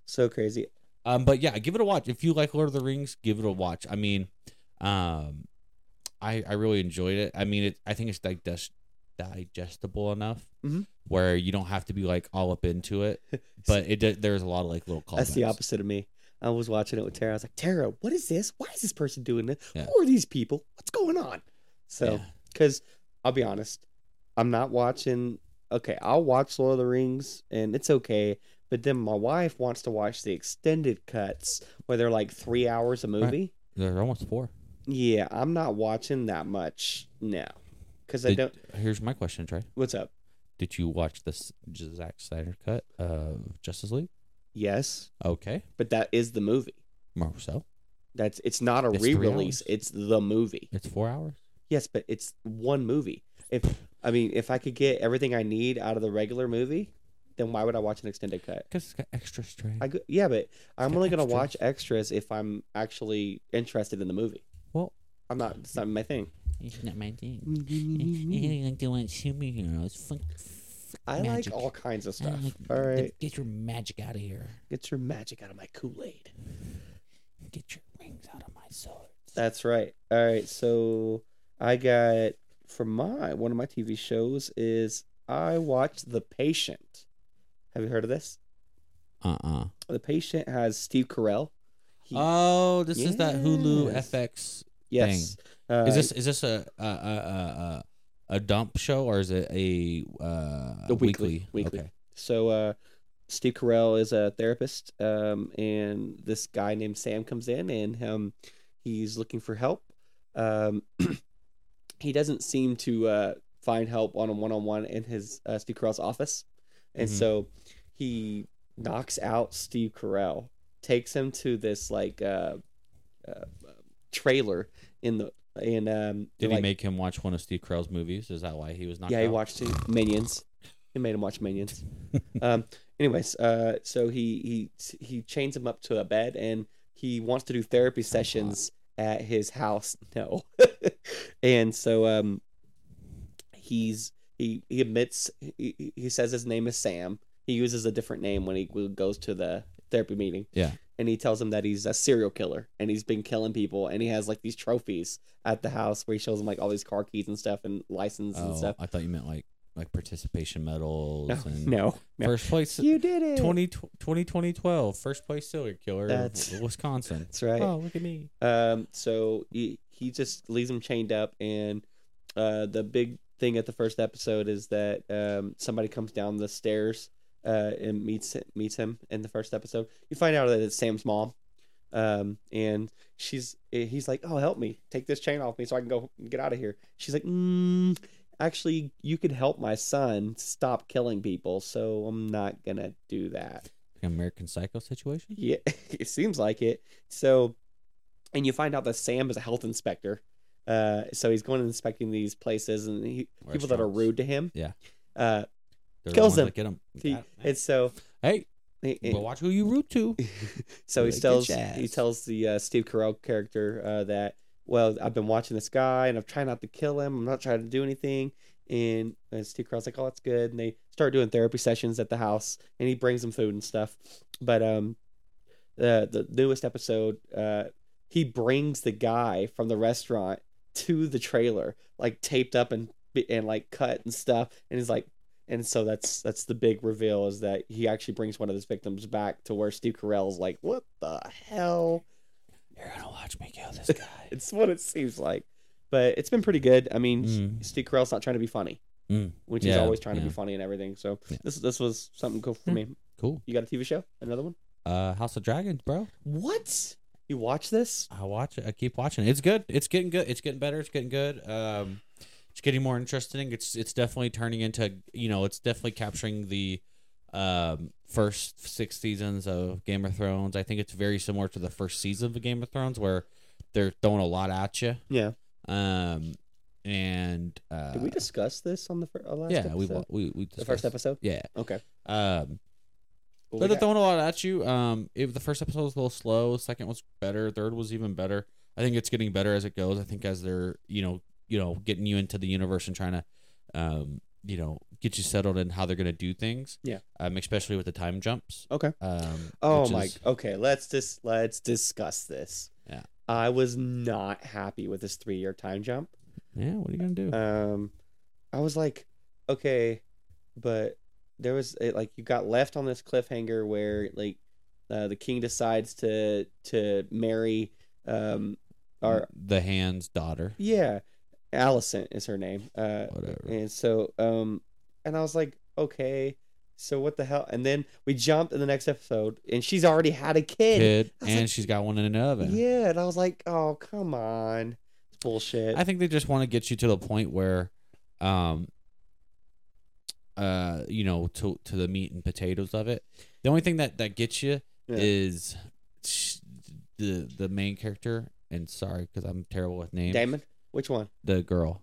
so crazy.
Um, but yeah, give it a watch if you like Lord of the Rings. Give it a watch. I mean, um, I I really enjoyed it. I mean, it I think it's digest digestible enough
Mhm.
where you don't have to be like all up into it. But it does- there's a lot of like little callbacks.
That's the opposite of me. I was watching it with Tara. I was like, Tara, what is this? Why is this person doing this?
Yeah.
Who are these people? What's going on? So.
Yeah.
because I'll be honest, I'm not watching. Okay, I'll watch Lord of the Rings and it's okay, but then my wife wants to watch the extended cuts where they're like three hours a movie.
They're almost four.
Yeah, I'm not watching that much now because I
Did-
don't.
Here's my question, Trey.
What's up?
Did you watch this Zack Snyder cut of Justice League?
Yes,
Okay,
but that is the movie.
Marcel.
That's it's not a
It's three
re-release.
hours.
It's the movie.
It's four hours.
Yes, but it's one movie. If I mean, if I could get everything I need out of the regular movie, then why would I watch an extended cut?
Because it's got extra strength.
I go, yeah, but I'm
got
only gonna
extras.
watch extras if I'm actually interested in the movie.
Well-
I'm not. It's not my thing.
It's not my thing. I like to watch superheroes. Fuck, fuck
I
magic.
like all kinds of
I
stuff.
like-
all right,
Get your magic out of here.
get your magic out of my Kool Aid.
Get your rings out of my sword.
That's right. All right, so I got for my one of my TV shows is I watched The Patient. Have you heard of this?
Uh uh
Uh-uh.
The Patient has Steve Carell. He-
Oh, this is that Hulu
Yes.
FX.
yes. Uh,
Is this is this a a a a, a, a dump show or is it a uh,
A weekly-
weekly?
weekly.
Okay.
So uh, Steve Carell is a therapist, um, and this guy named Sam comes in, and um, he's looking for help. Um, he doesn't seem to uh, find help on a one-on-one in his uh, Steve Carell's office, and
Mhm.
so he knocks out Steve Carell, takes him to this like uh, uh, trailer in the and um,
Did
like,
he make him watch one of Steve Carell's movies? Is that why he was not?
yeah, he watched it. Minions. He made him watch Minions. um, anyways, uh, so he he he chains him up to a bed and he wants to do therapy sessions at his house. No, and so um, he's he he admits he, he- he says his name is Sam. He uses a different name when he goes to the therapy meeting.
Yeah.
And he tells him that he's a serial killer and he's been killing people and he has like these trophies at the house where he shows him like all these car keys and stuff and license and
Oh,
stuff.
I thought you meant like like participation medals
No,
and
no, no.
first place
you did it.
20, 2012 first place serial killer
That's-
of Wisconsin.
That's right.
Oh, look at me.
Um, so he, he just leaves them chained up, and uh, the big thing at the first episode is that um, somebody comes down the stairs uh, and meets meets him in the first episode. You find out that it's Sam's mom, um, and she's he's like, "Oh, help me! Take this chain off me so I can go get out of here." She's like, mm, "Actually, you could help my son stop killing people, so I'm not gonna do that."
Like American Psycho situation.
Yeah, it seems like it. So, and you find out that Sam is a health inspector. Uh, so he's going and inspecting these places and he, people that are
Restaurants.
rude to him.
Yeah.
Uh,
They're
Kills
the
him.
ones that Get him.
he, and so,
hey,
he-
but watch who you root to.
so he
Good
tells
jazz.
he tells the uh, Steve Carell character uh, that well I've been watching this guy and I'm trying not to kill him I'm not trying to do anything and, and Steve Carell's like oh that's good and they start doing therapy sessions at the house and he brings them food and stuff but um the the newest episode uh he brings the guy from the restaurant to the trailer like taped up and and like cut and stuff and he's like and so that's that's the big reveal is that he actually brings one of his victims back to where Steve Carell's like, "What the hell?"
You're gonna watch me kill this guy.
It's what it seems like, but it's been pretty good. I mean,
Mm.
Steve Carell's not trying to be funny,
Mm.
which he's
Yeah,
always trying to
yeah.
be funny and everything. So
Yeah.
this this was something cool for me.
Cool.
You got a TV show? Another one?
Uh, House of Dragons, bro.
What? You watch this?
I watch it. I keep watching it. It's good. It's getting good. It's getting better. It's getting good. Um, it's getting more interesting. It's it's definitely turning into you know it's definitely capturing the um first six seasons of Game of Thrones. I think it's very similar to the first season of Game of Thrones where they're throwing a lot at you.
Yeah.
Um, and uh,
Did we discuss this on the fir- our last?
yeah
episode?
we wa- we we
the first
discussed-
episode.
Yeah.
Okay.
Um,
What
but
we
they're
got?
throwing a lot at you. Um, if the first episode was a little slow, second was better, third was even better. I think it's getting better as it goes. I think as they're you know you know getting you into the universe and trying to, um, you know get you settled in how they're gonna do things.
Yeah.
Um, especially with the time jumps.
Okay.
Um.
Oh
which
my.
is-
okay, let's dis- let's discuss this.
Yeah.
I was not happy with this three year time jump.
Yeah. What are you gonna do?
Um, I was like, okay, but there was it, like you got left on this cliffhanger where like uh, the king decides to to marry um our
the hand's daughter.
yeah Allison is her name uh
Whatever.
and so um and I was like okay so what the hell and then we jumped in the next episode and she's already had a kid.
Kid,
I was
and
like-
she's got one in an oven.
Yeah, and I was like, "Oh, come on, it's bullshit."
I think they just want to get you to the point where, um, uh, you know, to to the meat and potatoes of it. The only thing that that gets you
Yeah.
is sh- the the main character. And sorry, because I'm terrible with names.
Damon, which one?
The girl.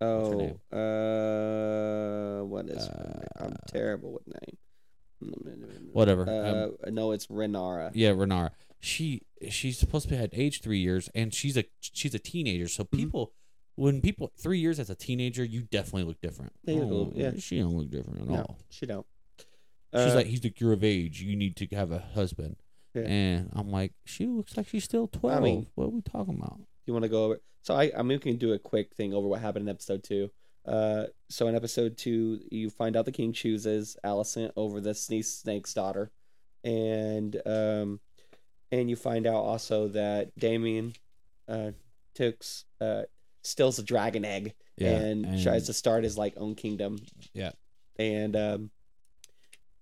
her
Oh,
name?
uh, what is? her name? I'm
Uh,
terrible with name.
Whatever. Um,
Uh, no, it's Renara.
Yeah, Renara. She she's supposed to be had age three years, and she's a she's a teenager. So
Mm-hmm.
people, when people three years as a teenager, you definitely look different. Oh,
They look a little- yeah.
She don't look different at
no,
all.
she don't.
She's
Uh,
like, he's like, you're of age. You need to have a husband.
Yeah.
And I'm like, she looks like she's still 12.
mean-
what are we talking about?
you want to go over? So I, I mean, we can do a quick thing over what happened in episode two. Uh, so in episode two, you find out the king chooses Allison over the sneeze snake's daughter, and um, and you find out also that Damien, uh, Tix, uh, steals a dragon egg and, tries to start his like own kingdom.
Yeah.
And um,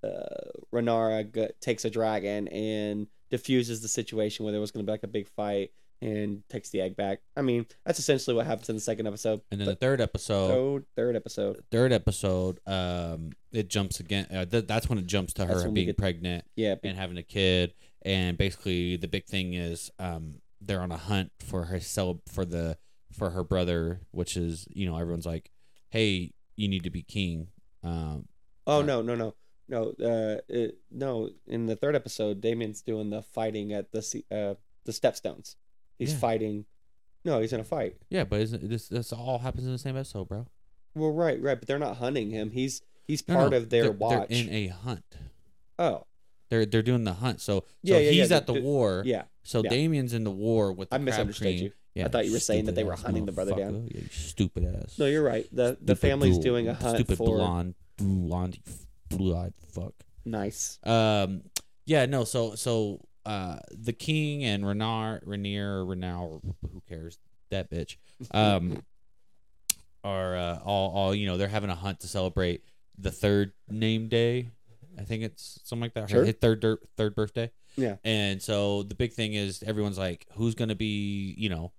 uh, Renara g- takes a dragon and diffuses the situation where there was going to be like a big fight and takes the egg back. I mean, that's essentially what happens in the second episode.
And then
But-
the third episode,
oh, third episode.
third episode, um, it jumps again. Uh, th- that's when it jumps to
That's
her
when we
being
get-
pregnant
Yeah. be-
and having a kid. And basically, the big thing is, um, they're on a hunt for her cel- for the for her brother, which is you know everyone's like, hey, you need to be king. Um,
Oh
uh,
no, no, no, no. Uh, it, no. In the third episode, Damien's doing the fighting at the se- uh the stepstones. He's
Yeah.
fighting. No, he's in a fight.
yeah, but isn't this this all happens in the same episode, bro?
Well, right, right, but they're not hunting him. He's he's
No,
part
no,
of their
they're-
watch.
They're in a hunt.
oh,
They're they're doing the hunt. So, so
Yeah, yeah, yeah,
he's
the-
at the
the-
war.
yeah.
So
yeah.
Damien's in the war with the
I
crab
misunderstood
queen.
you.
Yeah,
I thought you were saying that they were
stupid-ass
hunting the brother down.
motherfucker. Yeah, you stupid ass.
No, you're right. The the
Stupid
family's
dual-
doing a hunt
stupid
for
blonde, blonde, blue-eyed fuck.
nice.
Um, yeah, no. So so uh, the king and Renar, Renier, Renau, who cares? That bitch. Um, are uh, all all you know? They're having a hunt to celebrate the third name day. I think it's something like that. right?
Sure.
His third dir- third birthday.
Yeah.
And so the big thing is everyone's like, who's gonna be? You know,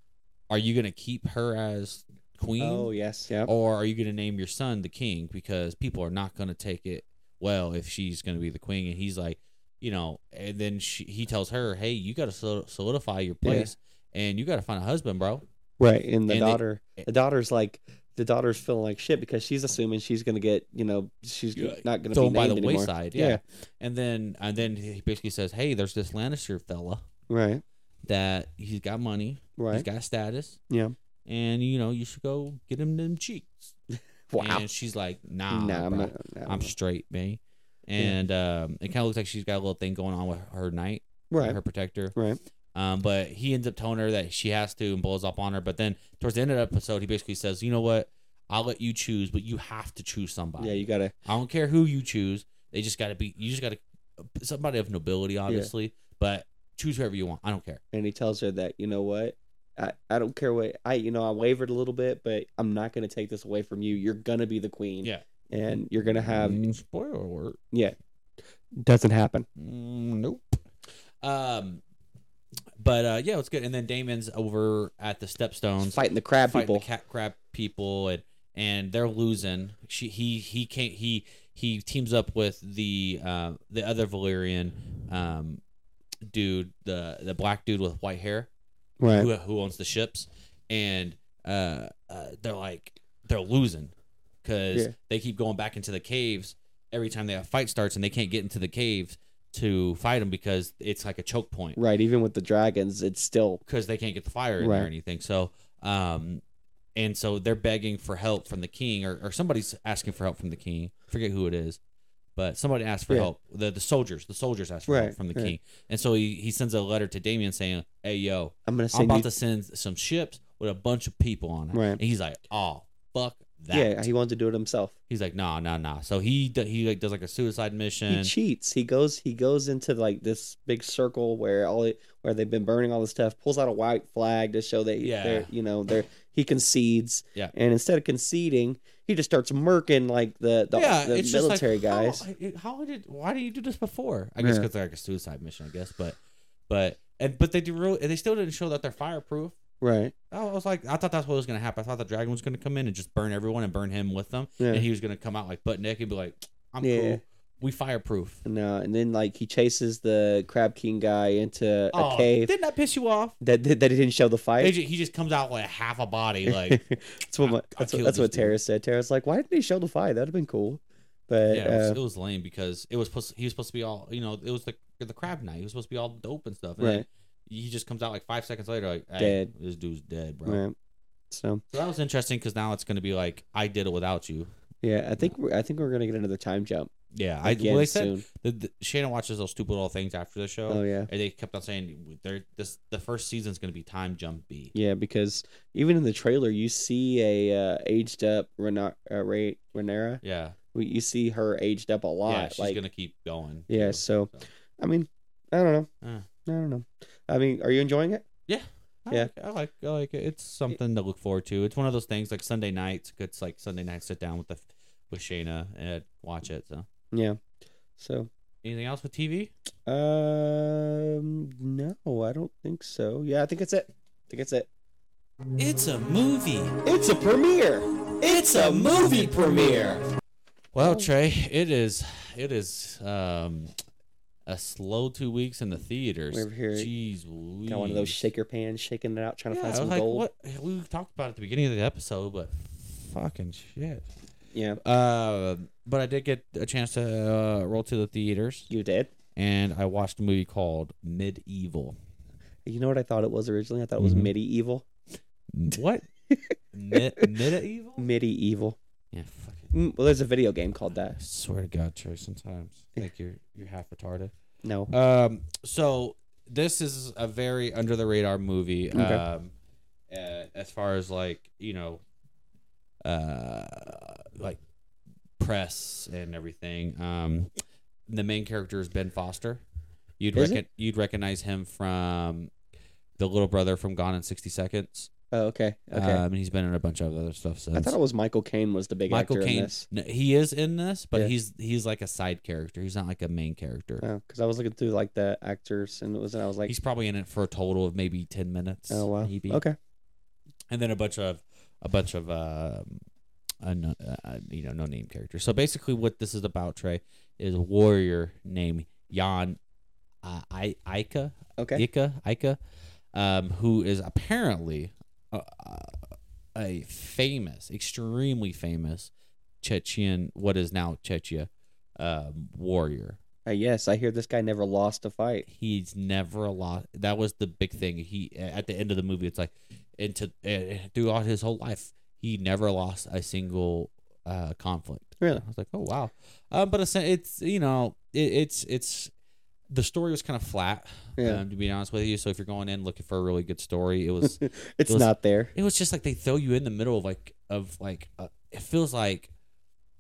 are you gonna keep her as queen?
Oh yes, yeah.
or are you going to name your son the king because people are not going to take it well if she's going to be the queen and he's like you know and then she, he tells her hey you got to solidify your
Yeah.
place and you got to find a husband bro
Right, and the
And they-
daughter, the daughter's like, the daughter's feeling like shit because she's assuming she's gonna get, you know, she's
Yeah,
not gonna be
thrown
named
by the
anymore.
wayside yeah. and then and then he basically says hey there's this lannister fella
Right,
that he's got money he's
right.
got status
Yeah.
and you know you should go get him them cheeks
Wow.
and she's like nah,
Nah, I'm
bro.
not. nah,
I'm
not.
straight, man. And um, it kind of looks like she's got a little thing going on with her knight,
right,
her protector.
right.
Um, but he ends up telling her that she has to and blows up on her. But then towards the end of the episode, he basically says, "You know what? I'll let you choose, but you have to choose somebody.
Yeah, you gotta.
I don't care who you choose. They just got to be. You just got to somebody of nobility, obviously. But choose whoever you want. I don't care.
And he tells her that you know what, I, I don't care what I you know I wavered a little bit, but I'm not gonna take this away from you. You're gonna be the queen.
Yeah.
and you're gonna have
Mm, spoiler alert.
yeah. Doesn't happen.
Mm, nope. Um, but uh, yeah, it's good. And then Damon's over at the Stepstones.
Fighting the crab
fight
people.
the cat crab people and and they're losing. She he he can't he he teams up with the uh, the other Valyrian um, dude the the black dude with white hair
right.
who who owns the ships and uh, uh they're like they're losing because
Yeah.
they keep going back into the caves every time the fight starts and they can't get into the caves to fight them because it's like a choke point
Right. Even with the dragons, it's still
because they can't get the fire in there
Right.
or anything. So, um, and so they're begging for help from the king, or, or somebody's asking for help from the king. forget who it is, but somebody asked for
Yeah.
help. The the soldiers, the soldiers asked for
Right,
help from the
right.
king, and so he, he sends a letter to Damien saying, "Hey yo,
I'm gonna
I'm
send
about
you.
to send some ships with a bunch of people on it."
Right.
And he's like, "Oh fuck that."
yeah, he wanted to do it himself.
He's like, "Nah, nah, nah." So he d- he like does like a suicide
he
mission.
cheats. He goes he goes into like this big circle where all it, where they've been burning all this stuff. Pulls out a white flag to show that
Yeah.
they're you know they're he concedes.
Yeah.
And instead of conceding, he just starts murking like the the,
yeah,
the
it's
military
just like,
guys.
How, how did? Why did you do this before? I guess
Yeah.
because they're like a suicide mission, I guess. But, but, and but they do really. They still didn't show that they're fireproof.
Right.
I was like, I thought that's what was gonna happen. I thought the dragon was gonna come in and just burn everyone and burn him with them,
Yeah.
and he was gonna come out like butt naked and be like, "I'm
Yeah.
cool. We fireproof."
no, and then like he chases the crab king guy into
Oh,
a cave
didn't that piss you off?
that that that he didn't show the
They
fight.
ju- he just comes out like half a body, like
that's what my,
I- I
that's what,
killed
that's
this
what
dude.
Tara said. Tara's like, why didn't he show the fight? That'd have been cool.
yeah,
But
it was,
uh,
it was lame because it was supposed. he was supposed to be all, you know, it was the the crab night. He was supposed to be all dope and stuff. And then
Right.
He just comes out like five seconds later, like hey,
Dead.
This dude's dead, bro.
right. So
So that was interesting because now it's going to be like I did it without you.
yeah, I think we're, I think we're gonna get another time jump.
Yeah, I.
again
Well, they said
soon.
the, the, Shannon watches those stupid little things after the show,
Oh yeah,
and they kept on saying they're this. The first season's going to be time jump B.
yeah. Because even in the trailer, you see a uh, aged up Rena- uh, Ray Renera.
Yeah,
We- You see her aged up a lot.
yeah. She's
like,
going to keep going.
Yeah,
too.
so- I mean, I don't know.
Uh.
I don't know. I mean, are you enjoying it?
I
Yeah.
like, I like. I like it. It's something to look forward to. It's one of those things like Sunday nights. It's like Sunday night sit down with the with Shayna and watch it. So
Yeah. So,
anything else with TV?
um, no, I don't think so. Yeah, I think it's it. I think it's it.
It's a movie.
It's a premiere. It's a movie premiere.
Well, Trey, it is it is um a slow two weeks in the theaters.
We're here.
Jeez, Louise.
Got one of those shaker pans shaking it out, trying to
Yeah,
find
I
some
was like,
gold.
what? We talked about it at the beginning of the episode, but fucking shit.
Yeah,
Uh, but I did get a chance to uh, roll to the theaters,
you did.
and I watched a movie called Medieval.
You know what I thought it was originally? I thought it was
Mhm.
medieval.
What? Mid- medieval?
Medieval.
yeah, fucking.
Mm, Well, there's a video game called
I
that.
swear to God, Trey. Sometimes I think you're you're half retarded.
No.
Um, so this is a very under the radar movie.
Okay.
Um, uh, as far as like you know, uh, like press and everything. Um, the main character is Ben Foster. You'd
Is
recon- you'd recognize him from the little brother from Gone in sixty seconds.
Oh, okay. Okay.
Um, and he's been in a bunch of other stuff since.
I thought it was Michael Caine was the big actor in this.
n- He is in this, but
Yeah.
he's he's like a side character. He's not like a main character.
Oh, because I was looking through like the actors and it was and I was like,
he's probably in it for a total of maybe ten minutes.
oh wow,
maybe.
okay,
and then a bunch of a bunch of um, uh, no, uh, you know no name characters. So basically, what this is about, Trey, is a warrior named Jan uh, I- Ika
okay.
Ika Ika, um, who is apparently a, a famous, extremely famous Chechen, what is now Chechia, um, warrior.
Uh, yes, I hear this guy never lost a fight.
He's never lost. That was the big thing. He at the end of the movie, it's like into uh, throughout his whole life, he never lost a single uh, conflict.
Really?
I was like, oh wow. Um, but it's, it's you know it, it's it's the story was kind of flat.
Yeah.
Um, to be honest with you, so if you're going in looking for a really good story, it was
It's
was-
not there.
it was just like they throw you in the middle of like of like uh, it feels like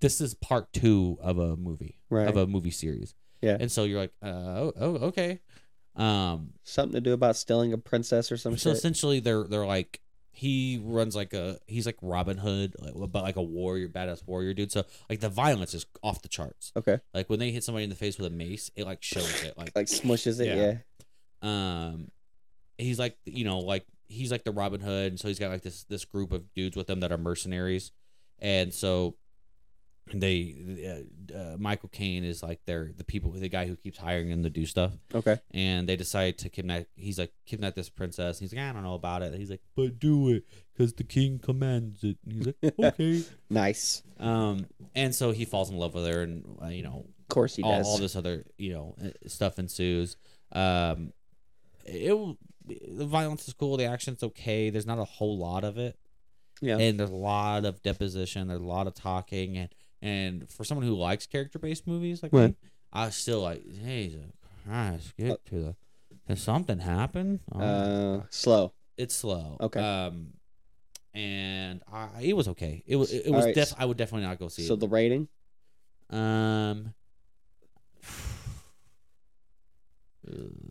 this is part two of a movie
Right.
of a movie series.
Yeah.
and so you're like, uh, oh, oh, okay. Um,
Something to do about stealing a princess or some
so
shit.
essentially, they're they're like he runs like a he's like Robin Hood, like, but like a warrior, badass warrior dude. So like the violence is off the charts.
Okay,
Like when they hit somebody in the face with a mace, it like shows it. Like
like smushes it.
Yeah.
Yeah.
um he's like you know like he's like the robin hood and so he's got like this this group of dudes with him that are mercenaries and so they uh, uh, michael caine is like their the people the guy who keeps hiring them to do stuff
Okay.
and they decide to kidnap he's like kidnap this princess he's like i don't know about it he's like but do it because the king commands it and he's like okay
Nice.
um and so he falls in love with her and uh, you know
Of course he
all,
does.
all this other you know uh, stuff ensues um it w- the violence is cool the action's okay there's not a whole lot of it
yeah.
and there's a lot of deposition there's a lot of talking and and for someone who likes character based movies like
Right.
me i still like hey Christ, get to the has something happened Oh,
uh, slow.
it's slow
okay.
um and I, it was okay. It was. It, it
All
was.
right,
Def-
so-
I would definitely not go see
So
it.
the rating.
Um.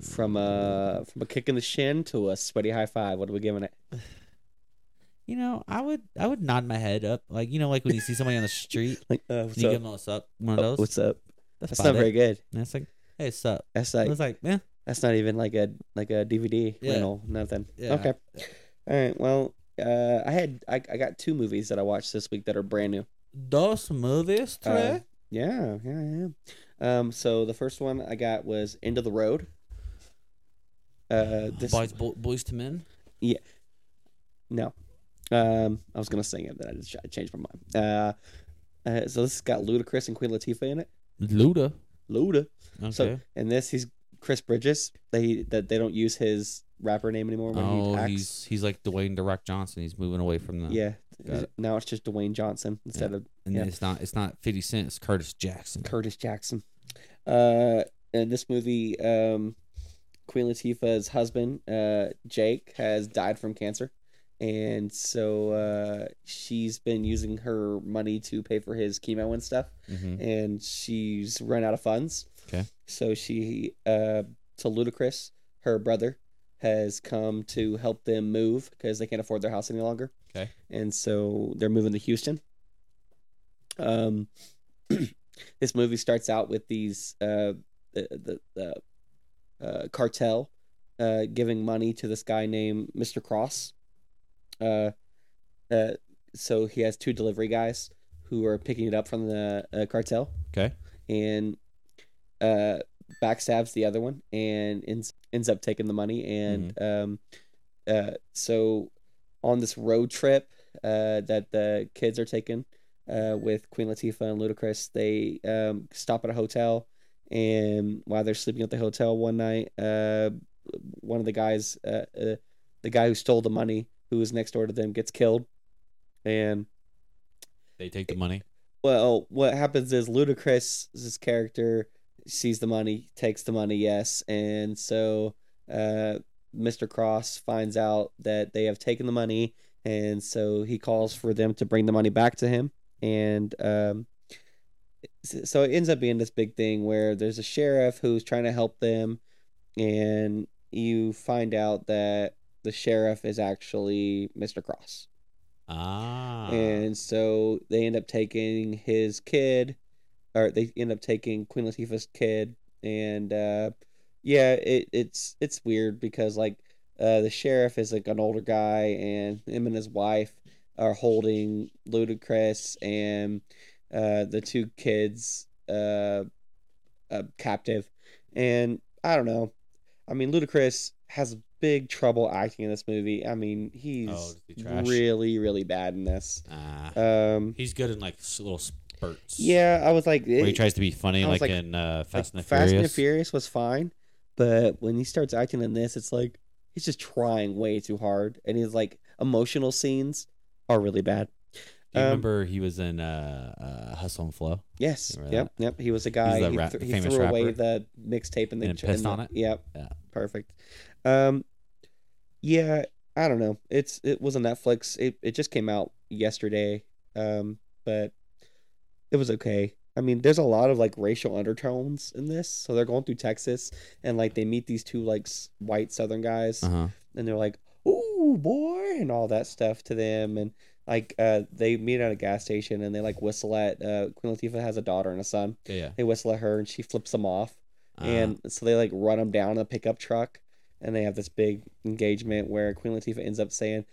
From uh,
Mm-hmm.
a from a kick in the shin to a sweaty high five, what are we giving it?
you know, I would I would nod my head up, like you know, like when you see somebody on the street,
Like, uh,
and
what's,
you
up?
give them a what's up, one of
Oh,
those.
what's up?
that's
That's not
about
very
it.
good.
And it's like, hey, what's up?
That's
It's
like
like, eh,
That's not even like a like a DVD
Yeah.
rental, nothing.
Yeah.
Okay. All right. Well, uh, I had I, I got two movies that I watched this week that are brand new.
those movies,
Uh,
Trey.
yeah, yeah, yeah. Um, so the first one I got was End of the Road. Uh, this
boys, bo- boys to men.
no, um, I was gonna sing it, but I just I changed my mind. Uh, uh, so this has got Ludacris and Queen Latifah in it.
Luda.
Luda.
Okay.
So in this, he's Chris Bridges. They that they don't use his rapper name anymore when
oh,
he acts.
he's he's like Dwayne the Rock Johnson. He's moving away from the.
Yeah.
Got
is-
it.
Now it's just Dwayne Johnson instead of
And
yeah.
it's not it's not Fifty Cent. It's Curtis Jackson.
Curtis Jackson. Uh, in this movie, um, Queen Latifah's husband, uh, Jake, has died from cancer. And so uh, she's been using her money to pay for his chemo and stuff.
Mhm.
And she's run out of funds.
Okay.
So she, uh, to Ludacris, her brother, has come to help them move because they can't afford their house any longer.
Okay.
And so they're moving to Houston. Um, this movie starts out with these uh, the the, the uh, cartel uh, giving money to this guy named Mr. Cross. Uh, uh, so he has two delivery guys who are picking it up from the uh, cartel.
Okay.
And uh, backstabs the other one and ends, ends up taking the money. And um, uh, so on this road trip uh, that the kids are taking uh, with Queen Latifah and Ludacris, they um, stop at a hotel. And while they're sleeping at the hotel one night, uh, one of the guys, uh, uh, the guy who stole the money, who was next door to them, gets killed. And
They take the money.
well, what happens is Ludacris' character sees the money, takes the money, yes, and so uh, Mr. Cross finds out that they have taken the money and so he calls for them to bring the money back to him and um s- so it ends up being this big thing where there's a sheriff who's trying to help them and you find out that the sheriff is actually Mr. Cross
Ah.
and so they end up taking his kid, or they end up taking Queen Latifah's kid, and uh, yeah, it, it's it's weird because like uh, the sheriff is like an older guy, and him and his wife are holding Ludacris and uh, the two kids uh, uh, captive, and I don't know. I mean, Ludacris has big trouble acting in this movie. I mean, he's
does Oh, he trash?
really really bad in this.
Ah.
Um,
he's good in like s- little spurts.
yeah, I was like,
Where he
it-
tries to be funny,
I was
like,
like-
in uh,
like,
Fast, and the
Fast and the
Furious.
Furious was fine, but when he starts acting in this, it's like he's just trying way too hard, and his like emotional scenes are really bad.
Do you
Um,
remember he was in uh, uh, Hustle and Flow?
Yes.
Remember
Yep. Yep. He was a guy.
the
he
rap-
thr- he
famous
threw away
rapper.
the mixtape and they
And
ch-
pissed
the-
on it?
Yep.
Yeah.
Perfect. Um, yeah. I don't know. It's it was on Netflix. It it just came out yesterday. Um, but it was okay. I mean, there's a lot of like racial undertones in this. So they're going through Texas and like they meet these two like s- white Southern guys
Uh huh.
and they're like, "Ooh, boy," and all that stuff to them, and like uh, they meet at a gas station and they like whistle at uh, Queen Latifah has a daughter and a son.
Yeah. yeah.
They whistle at her and she flips them off,
Uh,
and so they like run them down in a pickup truck, and they have this big engagement where Queen Latifah ends up saying,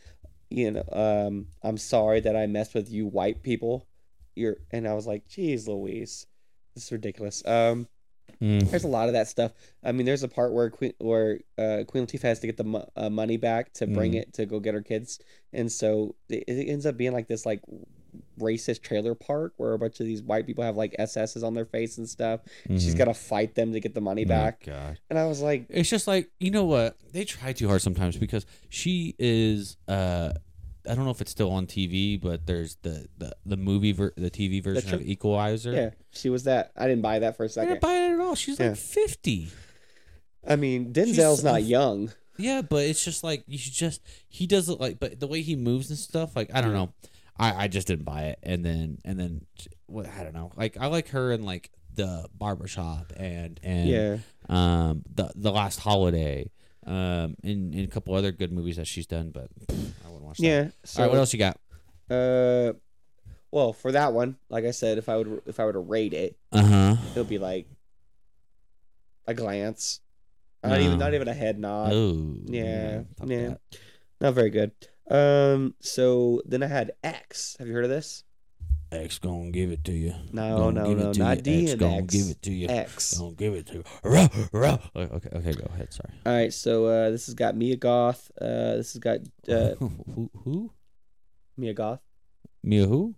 "You know, um, I'm sorry that I messed with you white people." You're and I was like, "Jeez, Louise, this is ridiculous." Um,
mm,
there's a lot of that stuff. I mean, there's a part where Queen where uh, Queen Latifah has to get the mo- uh, money back to bring
Mhm.
it to go get her kids, and so it, it ends up being like this like racist trailer park where a bunch of these white people have like SSs on their face and stuff. She's
mhm.
got to fight them to get the money
Oh,
back,
God.
and I was like,
It's just like you know what they try too hard sometimes because she is. uh I don't know if it's still on TV, but there's the the, the movie ver- the TV version
true.
of Equalizer.
yeah, she was that. I didn't buy that for a
I didn't
second.
buy it at all. She's
Yeah.
like fifty.
I mean,
She's
Denzel's
so-
not young.
Yeah, but it's just like you should just he does it like, but the way he moves and stuff, like I don't know, I I just didn't buy it, and then and then what I don't know, like I like her in like the barbershop and and
Yeah,
um the the last holiday um and, and a couple other good movies that she's done but pff, i wouldn't watch that
yeah.
all
So
right what else you got
Uh, well, for that one, like I said, if I would if I were to rate it,
uh-huh
it'll be like a glance, not even
No.
not even a head nod.
oh
Uh, yeah,
fuck
yeah.
that.
Not very good. Um, so then I had X. Have you heard of this?
x gonna give it to you
No,
Gonna
no,
give it
no,
to
not
you. X gonna
DMX.
give it to you
X.
don't give it to you Ruh, ruh. Oh, okay okay go ahead sorry
All right, so uh, this has got Mia Goth. Uh, this has got
Uh-huh.
uh,
who who
Mia Goth.
mia who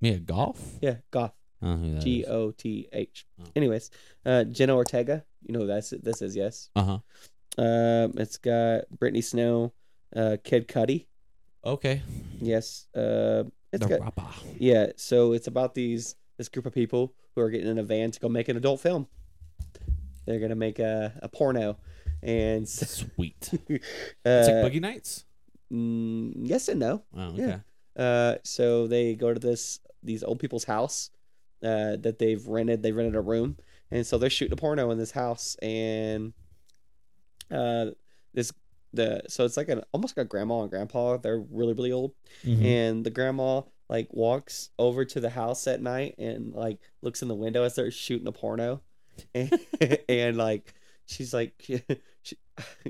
mia golf
Yeah, Goth.
I don't know who that
G
is.
O T H.
Oh.
Anyways, uh, Jenna Ortega. You know who that's this is yes.
uh-huh
Um, it's got Brittany Snow, uh, Kid Cudi.
okay
Yes. Uh, it's
the
got
rapper
Yeah, so it's about these this group of people who are getting in a van to go make an adult film. They're gonna make a, a porno, and s-
sweet
uh,
it's like boogie nights
mm, yes and no.
oh
yeah.
okay
Uh, so they go to this these old people's house uh, that they've rented. They rented a room, and so they're shooting a porno in this house, and uh, this the so it's like an almost like a grandma and grandpa. They're really really old,
Mhm.
and the grandma like walks over to the house at night and like looks in the window as they're shooting a porno and, and like she's like she,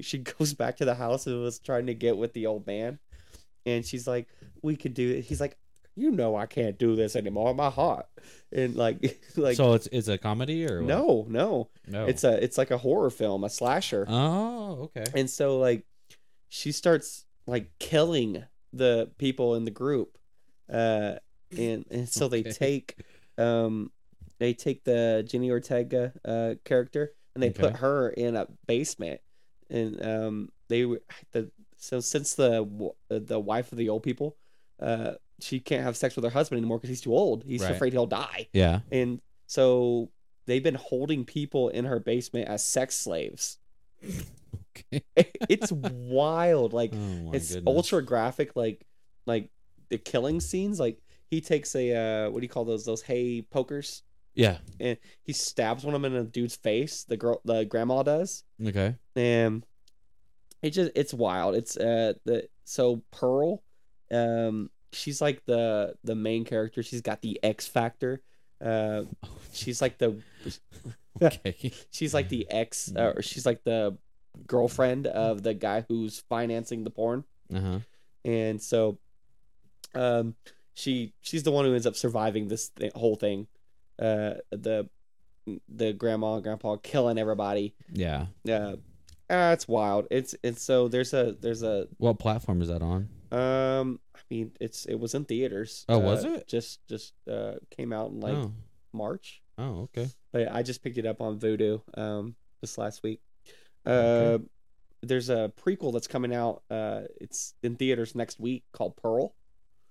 she goes back to the house and was trying to get with the old man and she's like we could do it he's like you know i can't do this anymore my heart and like like
so it's it's a comedy or what? Oh.
no no
no
it's a it's like a horror film a slasher
oh okay
and so like she starts like killing the people in the group. Uh and and so they
Okay.
take um they take the Jenny Ortega uh character and they put
Okay.
her in a basement and um they were the so since the w- the wife of the old people uh she can't have sex with her husband anymore because he's too old. He's
Right.
afraid he'll die.
yeah
And so they've been holding people in her basement as sex slaves.
okay
it's wild. Like
Oh my
it's
Oh goodness.
ultra graphic like like the killing scenes. Like he takes a uh, what do you call those? Those hay pokers.
Yeah.
And he stabs one of them in a dude's face. The girl, the grandma does,
Okay.
and it just it's wild. It's uh the so Pearl, um, she's like the the main character. She's got the X factor. Uh, she's like the
Okay.
she's like the ex uh, or she's like the girlfriend of the guy who's financing the porn
uh huh.
and so um she she's the one who ends up surviving this th- whole thing uh the the grandma and grandpa killing everybody
Yeah.
uh ah, it's wild it's it's so there's a there's a
What platform is that on?
um i mean it's it was in theaters
Oh, was
Uh,
it?
just just uh came out in like
oh.
march
Oh, okay.
but I just picked it up on Voodoo um this last week. Uh,
Okay.
There's a prequel that's coming out. Uh, it's in theaters next week called Pearl,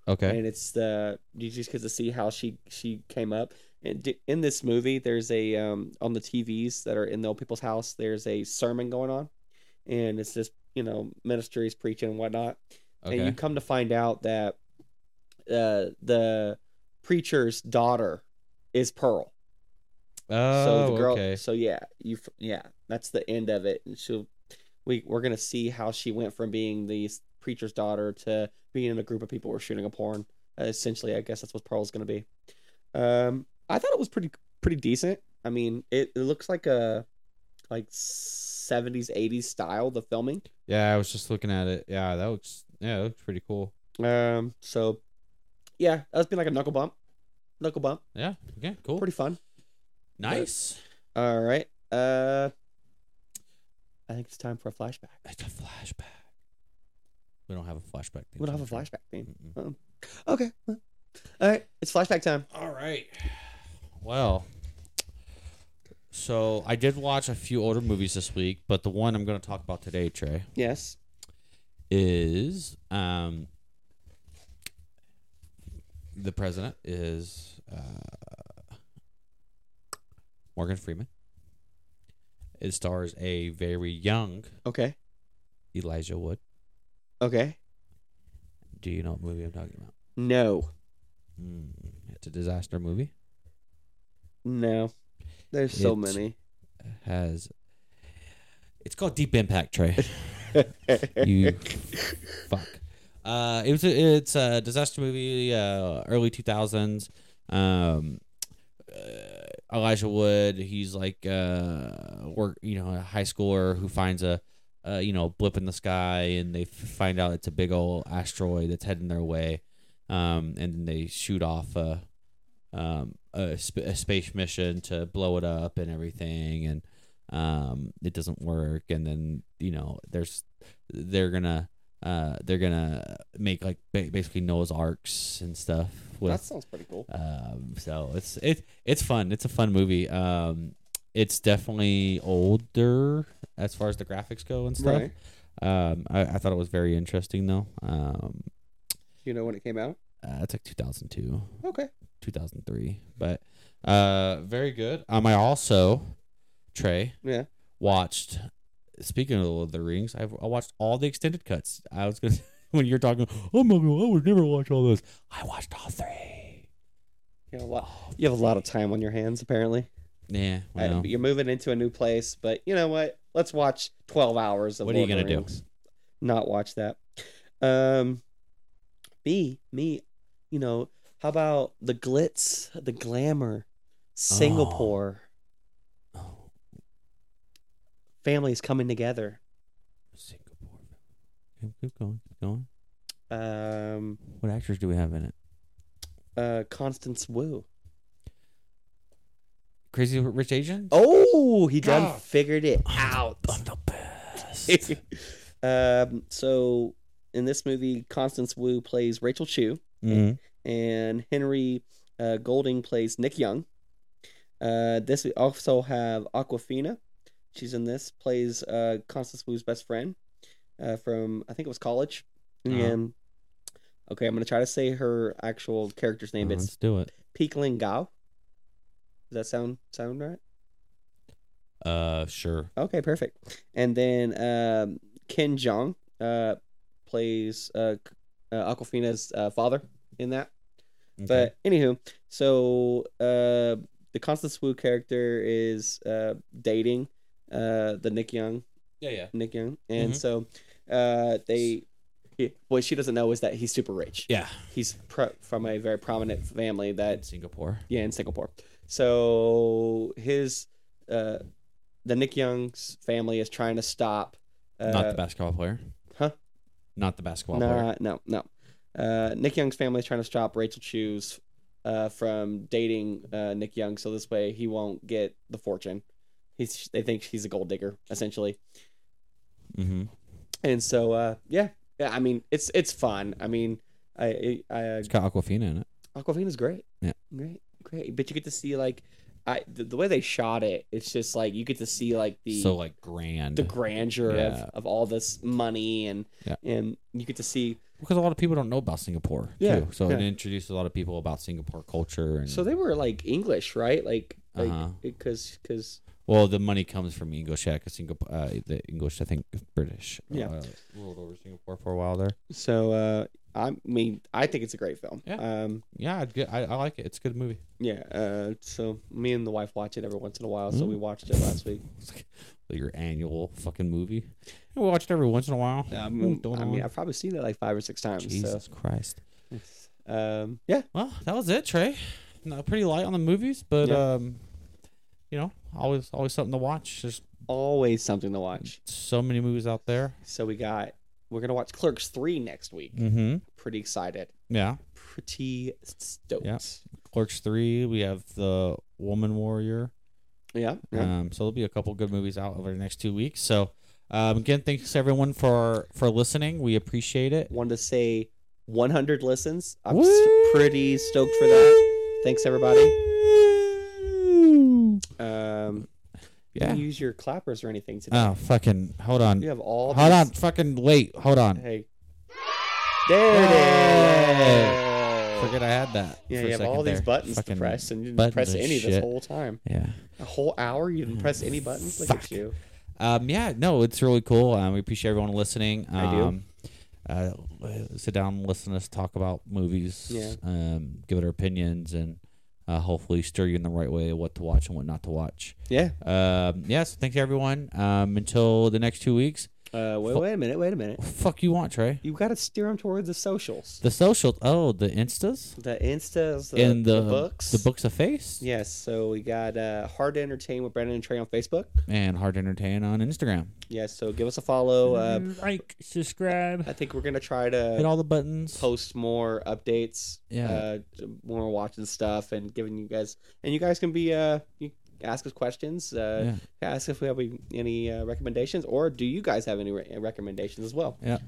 Okay.
and it's the you just get to see how she she came up. And di- in this movie, there's a um on the TVs that are in the old people's house. There's a sermon going on, and it's just you know ministries preaching and whatnot. And you
Okay.
come to find out that uh the preacher's daughter is Pearl so the
Oh,
girl
okay.
so yeah you f- yeah that's the end of it and she'll we we're gonna see how she went from being the s- preacher's daughter to being in a group of people who are shooting a porn uh, essentially i guess that's what pearl's gonna be um i thought it was pretty pretty decent i mean it, it looks like a like 70s 80s style the filming
Yeah, I was just looking at it. Yeah, that looks yeah, that looks pretty cool.
um so yeah that's been like a knuckle bump knuckle bump
Yeah. Okay. Cool.
pretty fun
nice.
all right uh i think it's time for a flashback
It's a flashback. We don't have a flashback. Thing
We don't
so
have a
I'm
flashback theme.
sure. Mm-mm.
Um,
Mm-hmm.
okay. All right. It's flashback time.
All right. Well, so I did watch a few older movies this week, but the one I'm going to talk about today, Trey,
Yes.
is um, the president is uh, Morgan Freeman. It stars a very young
Okay.
Elijah Wood.
Okay.
Do you know what movie I'm talking about?
No.
Mm, it's a disaster movie.
No. There's so
It's-
many.
It has it's called Deep Impact, Trey. you fuck. Uh, it was a, it's a disaster movie, uh, early two thousands. Um, uh, Elijah Wood, he's like uh, work, you know, a high schooler who finds a, uh, you know, blip in the sky, and they f- find out it's a big old asteroid that's heading their way, um, and then they shoot off a, um, a, sp- a space mission to blow it up and everything, and um, it doesn't work, and then you know, there's they're gonna uh they're gonna make like ba- basically Noah's arcs and stuff
that
with
sounds pretty cool.
um so it's it it's fun it's a fun movie um it's definitely older as far as the graphics go and stuff
Right.
um I, I thought it was very interesting though um
You know when it came out?
uh, it's like 2002
Okay.
2003 but uh very good um i also trey
Yeah.
watched speaking of Lord of the rings I've, i watched all the extended cuts i was gonna when you're talking oh my god i would never watch all those i watched all three
You have a lot. You have a lot of time on your hands apparently.
yeah
Uh,
well,
but you're moving into a new place, but you know what? Let's watch 12 hours of
What are you
Lord of the
gonna do?
Rings. Not watch that. Um, me, me, you know, how about the glitz, the glamour, Singapore,
oh.
families coming together.
Singapore. Keep, keep going. Keep going.
Um,
What actors do we have in it?
uh, Constance Wu.
Crazy Rich Asians.
Oh, he done
Ah.
figured it
out. I'm the best.
um, so in this movie, Constance Wu plays Rachel Chu.
Mhm.
and Henry uh, Golding plays Nick Young. Uh, this we also have Aquafina. She's in this plays uh, Constance Wu's best friend uh, from I think it was college.
Uh-huh.
And okay, I'm gonna try to say her actual character's name.
Uh,
It's
let's do it.
Peekling Gao. Does that sound sound right?
Uh, sure.
Okay, perfect. And then um, Ken Jong uh, plays uh, K- uh, Aquafina's uh, father in that.
Okay.
But anywho, so uh, the Constance Wu character is uh, dating uh, the Nick Young,
yeah, yeah,
Nick Young, and
Mhm.
so uh, they. he- What she doesn't know is that he's super rich.
yeah.
He's pro- from a very prominent family that
In Singapore.
yeah, in Singapore. So his uh the Nick Young's family is trying to stop uh,
not the basketball player.
huh?
Not the basketball player.
Nah, no, no. Uh Nick Young's family is trying to stop Rachel Chu's uh from dating uh Nick Young so this way he won't get the fortune. He's they think he's a gold digger essentially.
Mm-hmm.
And so uh yeah, yeah, I mean it's it's fun. I mean I I, I
It's got Aquafina in it.
Aquafina's great.
Yeah.
Great, great. But you get to see like I the, the way they shot it, it's just like you get to see like the
so like grand.
the grandeur
Yeah.
of, of all this money and
Yeah.
and you get to see
because a lot of people don't know about Singapore.
Yeah,
Too. So
yeah.
it introduced a lot of people about Singapore culture and
so they were like English, right? Like like
Uh-huh.
because cuz
well, the money comes from English, yeah, 'cause Singapore, uh, the English, I think, British,
Yeah.
uh, ruled over Singapore for a while there.
so uh I mean I think it's a great film.
Yeah.
Um
Yeah, I'd get, I, I like it. It's a good movie.
yeah, uh so me and the wife watch it every once in a while, so
Mm.
we watched it last week.
It's like your annual fucking movie. We watch it every once in a while. Mm,
Um,
Hmm, Don't
I mean,
know.
I've probably seen it like 5 or 6 times.
Jesus Christ.
So um yeah,
Well, that was it, Trey. No, pretty light on the movies, but
Yeah.
um, you know, always always something to watch. There's
always something to watch.
so many movies out there.
So we got we're gonna watch Clerks three next week.
Mm-hmm.
Pretty excited.
Yeah.
Pretty stoked.
Yeah. Clerks three. We have the Woman Warrior.
Yeah. yeah.
Um, so there'll be a couple good movies out over the next two weeks. So um, again, thanks everyone for for listening. We appreciate it.
Wanted to say 100 listens. I'm s- pretty stoked for that. Thanks everybody. Um, yeah.
Yeah.
use your clappers or anything today.
Oh fucking hold on.
You have all.
Hold on.
these-
Fucking wait. Hold on.
Hey. There it is.
Forget I had that.
yeah,
for a
you have
second
all these
there.
buttons
Fucking
to press, and you didn't
buttons
press
and
any this
shit.
whole time.
Yeah.
A whole hour, you didn't press any buttons. Look at
Fuck.
you.
Um, yeah, no, it's really cool. Um, we appreciate everyone listening. Um,
I do.
Uh, sit down, listen to us talk about movies.
Yeah.
Um, give it our opinions and uh, hopefully steer you in the right way of what to watch and what not to watch.
Yeah.
Um, yeah, so thanks everyone. Um, until the next two weeks.
Uh, wait,
Fu-
wait a minute. Wait a minute.
Fuck you want Trey?
You got to steer them toward the socials,
The social. Oh, the instas
the instas, the,
and the,
the books,
the books of face.
Yes, so we got uh, hard to entertain with Brandon and Trey on Facebook.
And hard to entertain on Instagram.
Yes, so give us a follow. Uh,
Mm-hmm.
Mm, like, subscribe.
I think we're gonna try
Hit
to
all the buttons.
post more updates.
Yeah.
uh, when we're watching stuff and giving you guys, and you guys can be uh, you can ask us questions. Uh,
Yeah.
Ask if we have any uh, recommendations, or do you guys have any re- recommendations as well?
Yeah.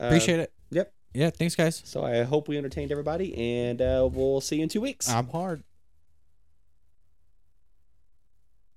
Uh,
Appreciate it.
yep.
Yeah. Thanks, guys.
So I hope we entertained everybody, and uh, we'll see you in two weeks.
I'm hard.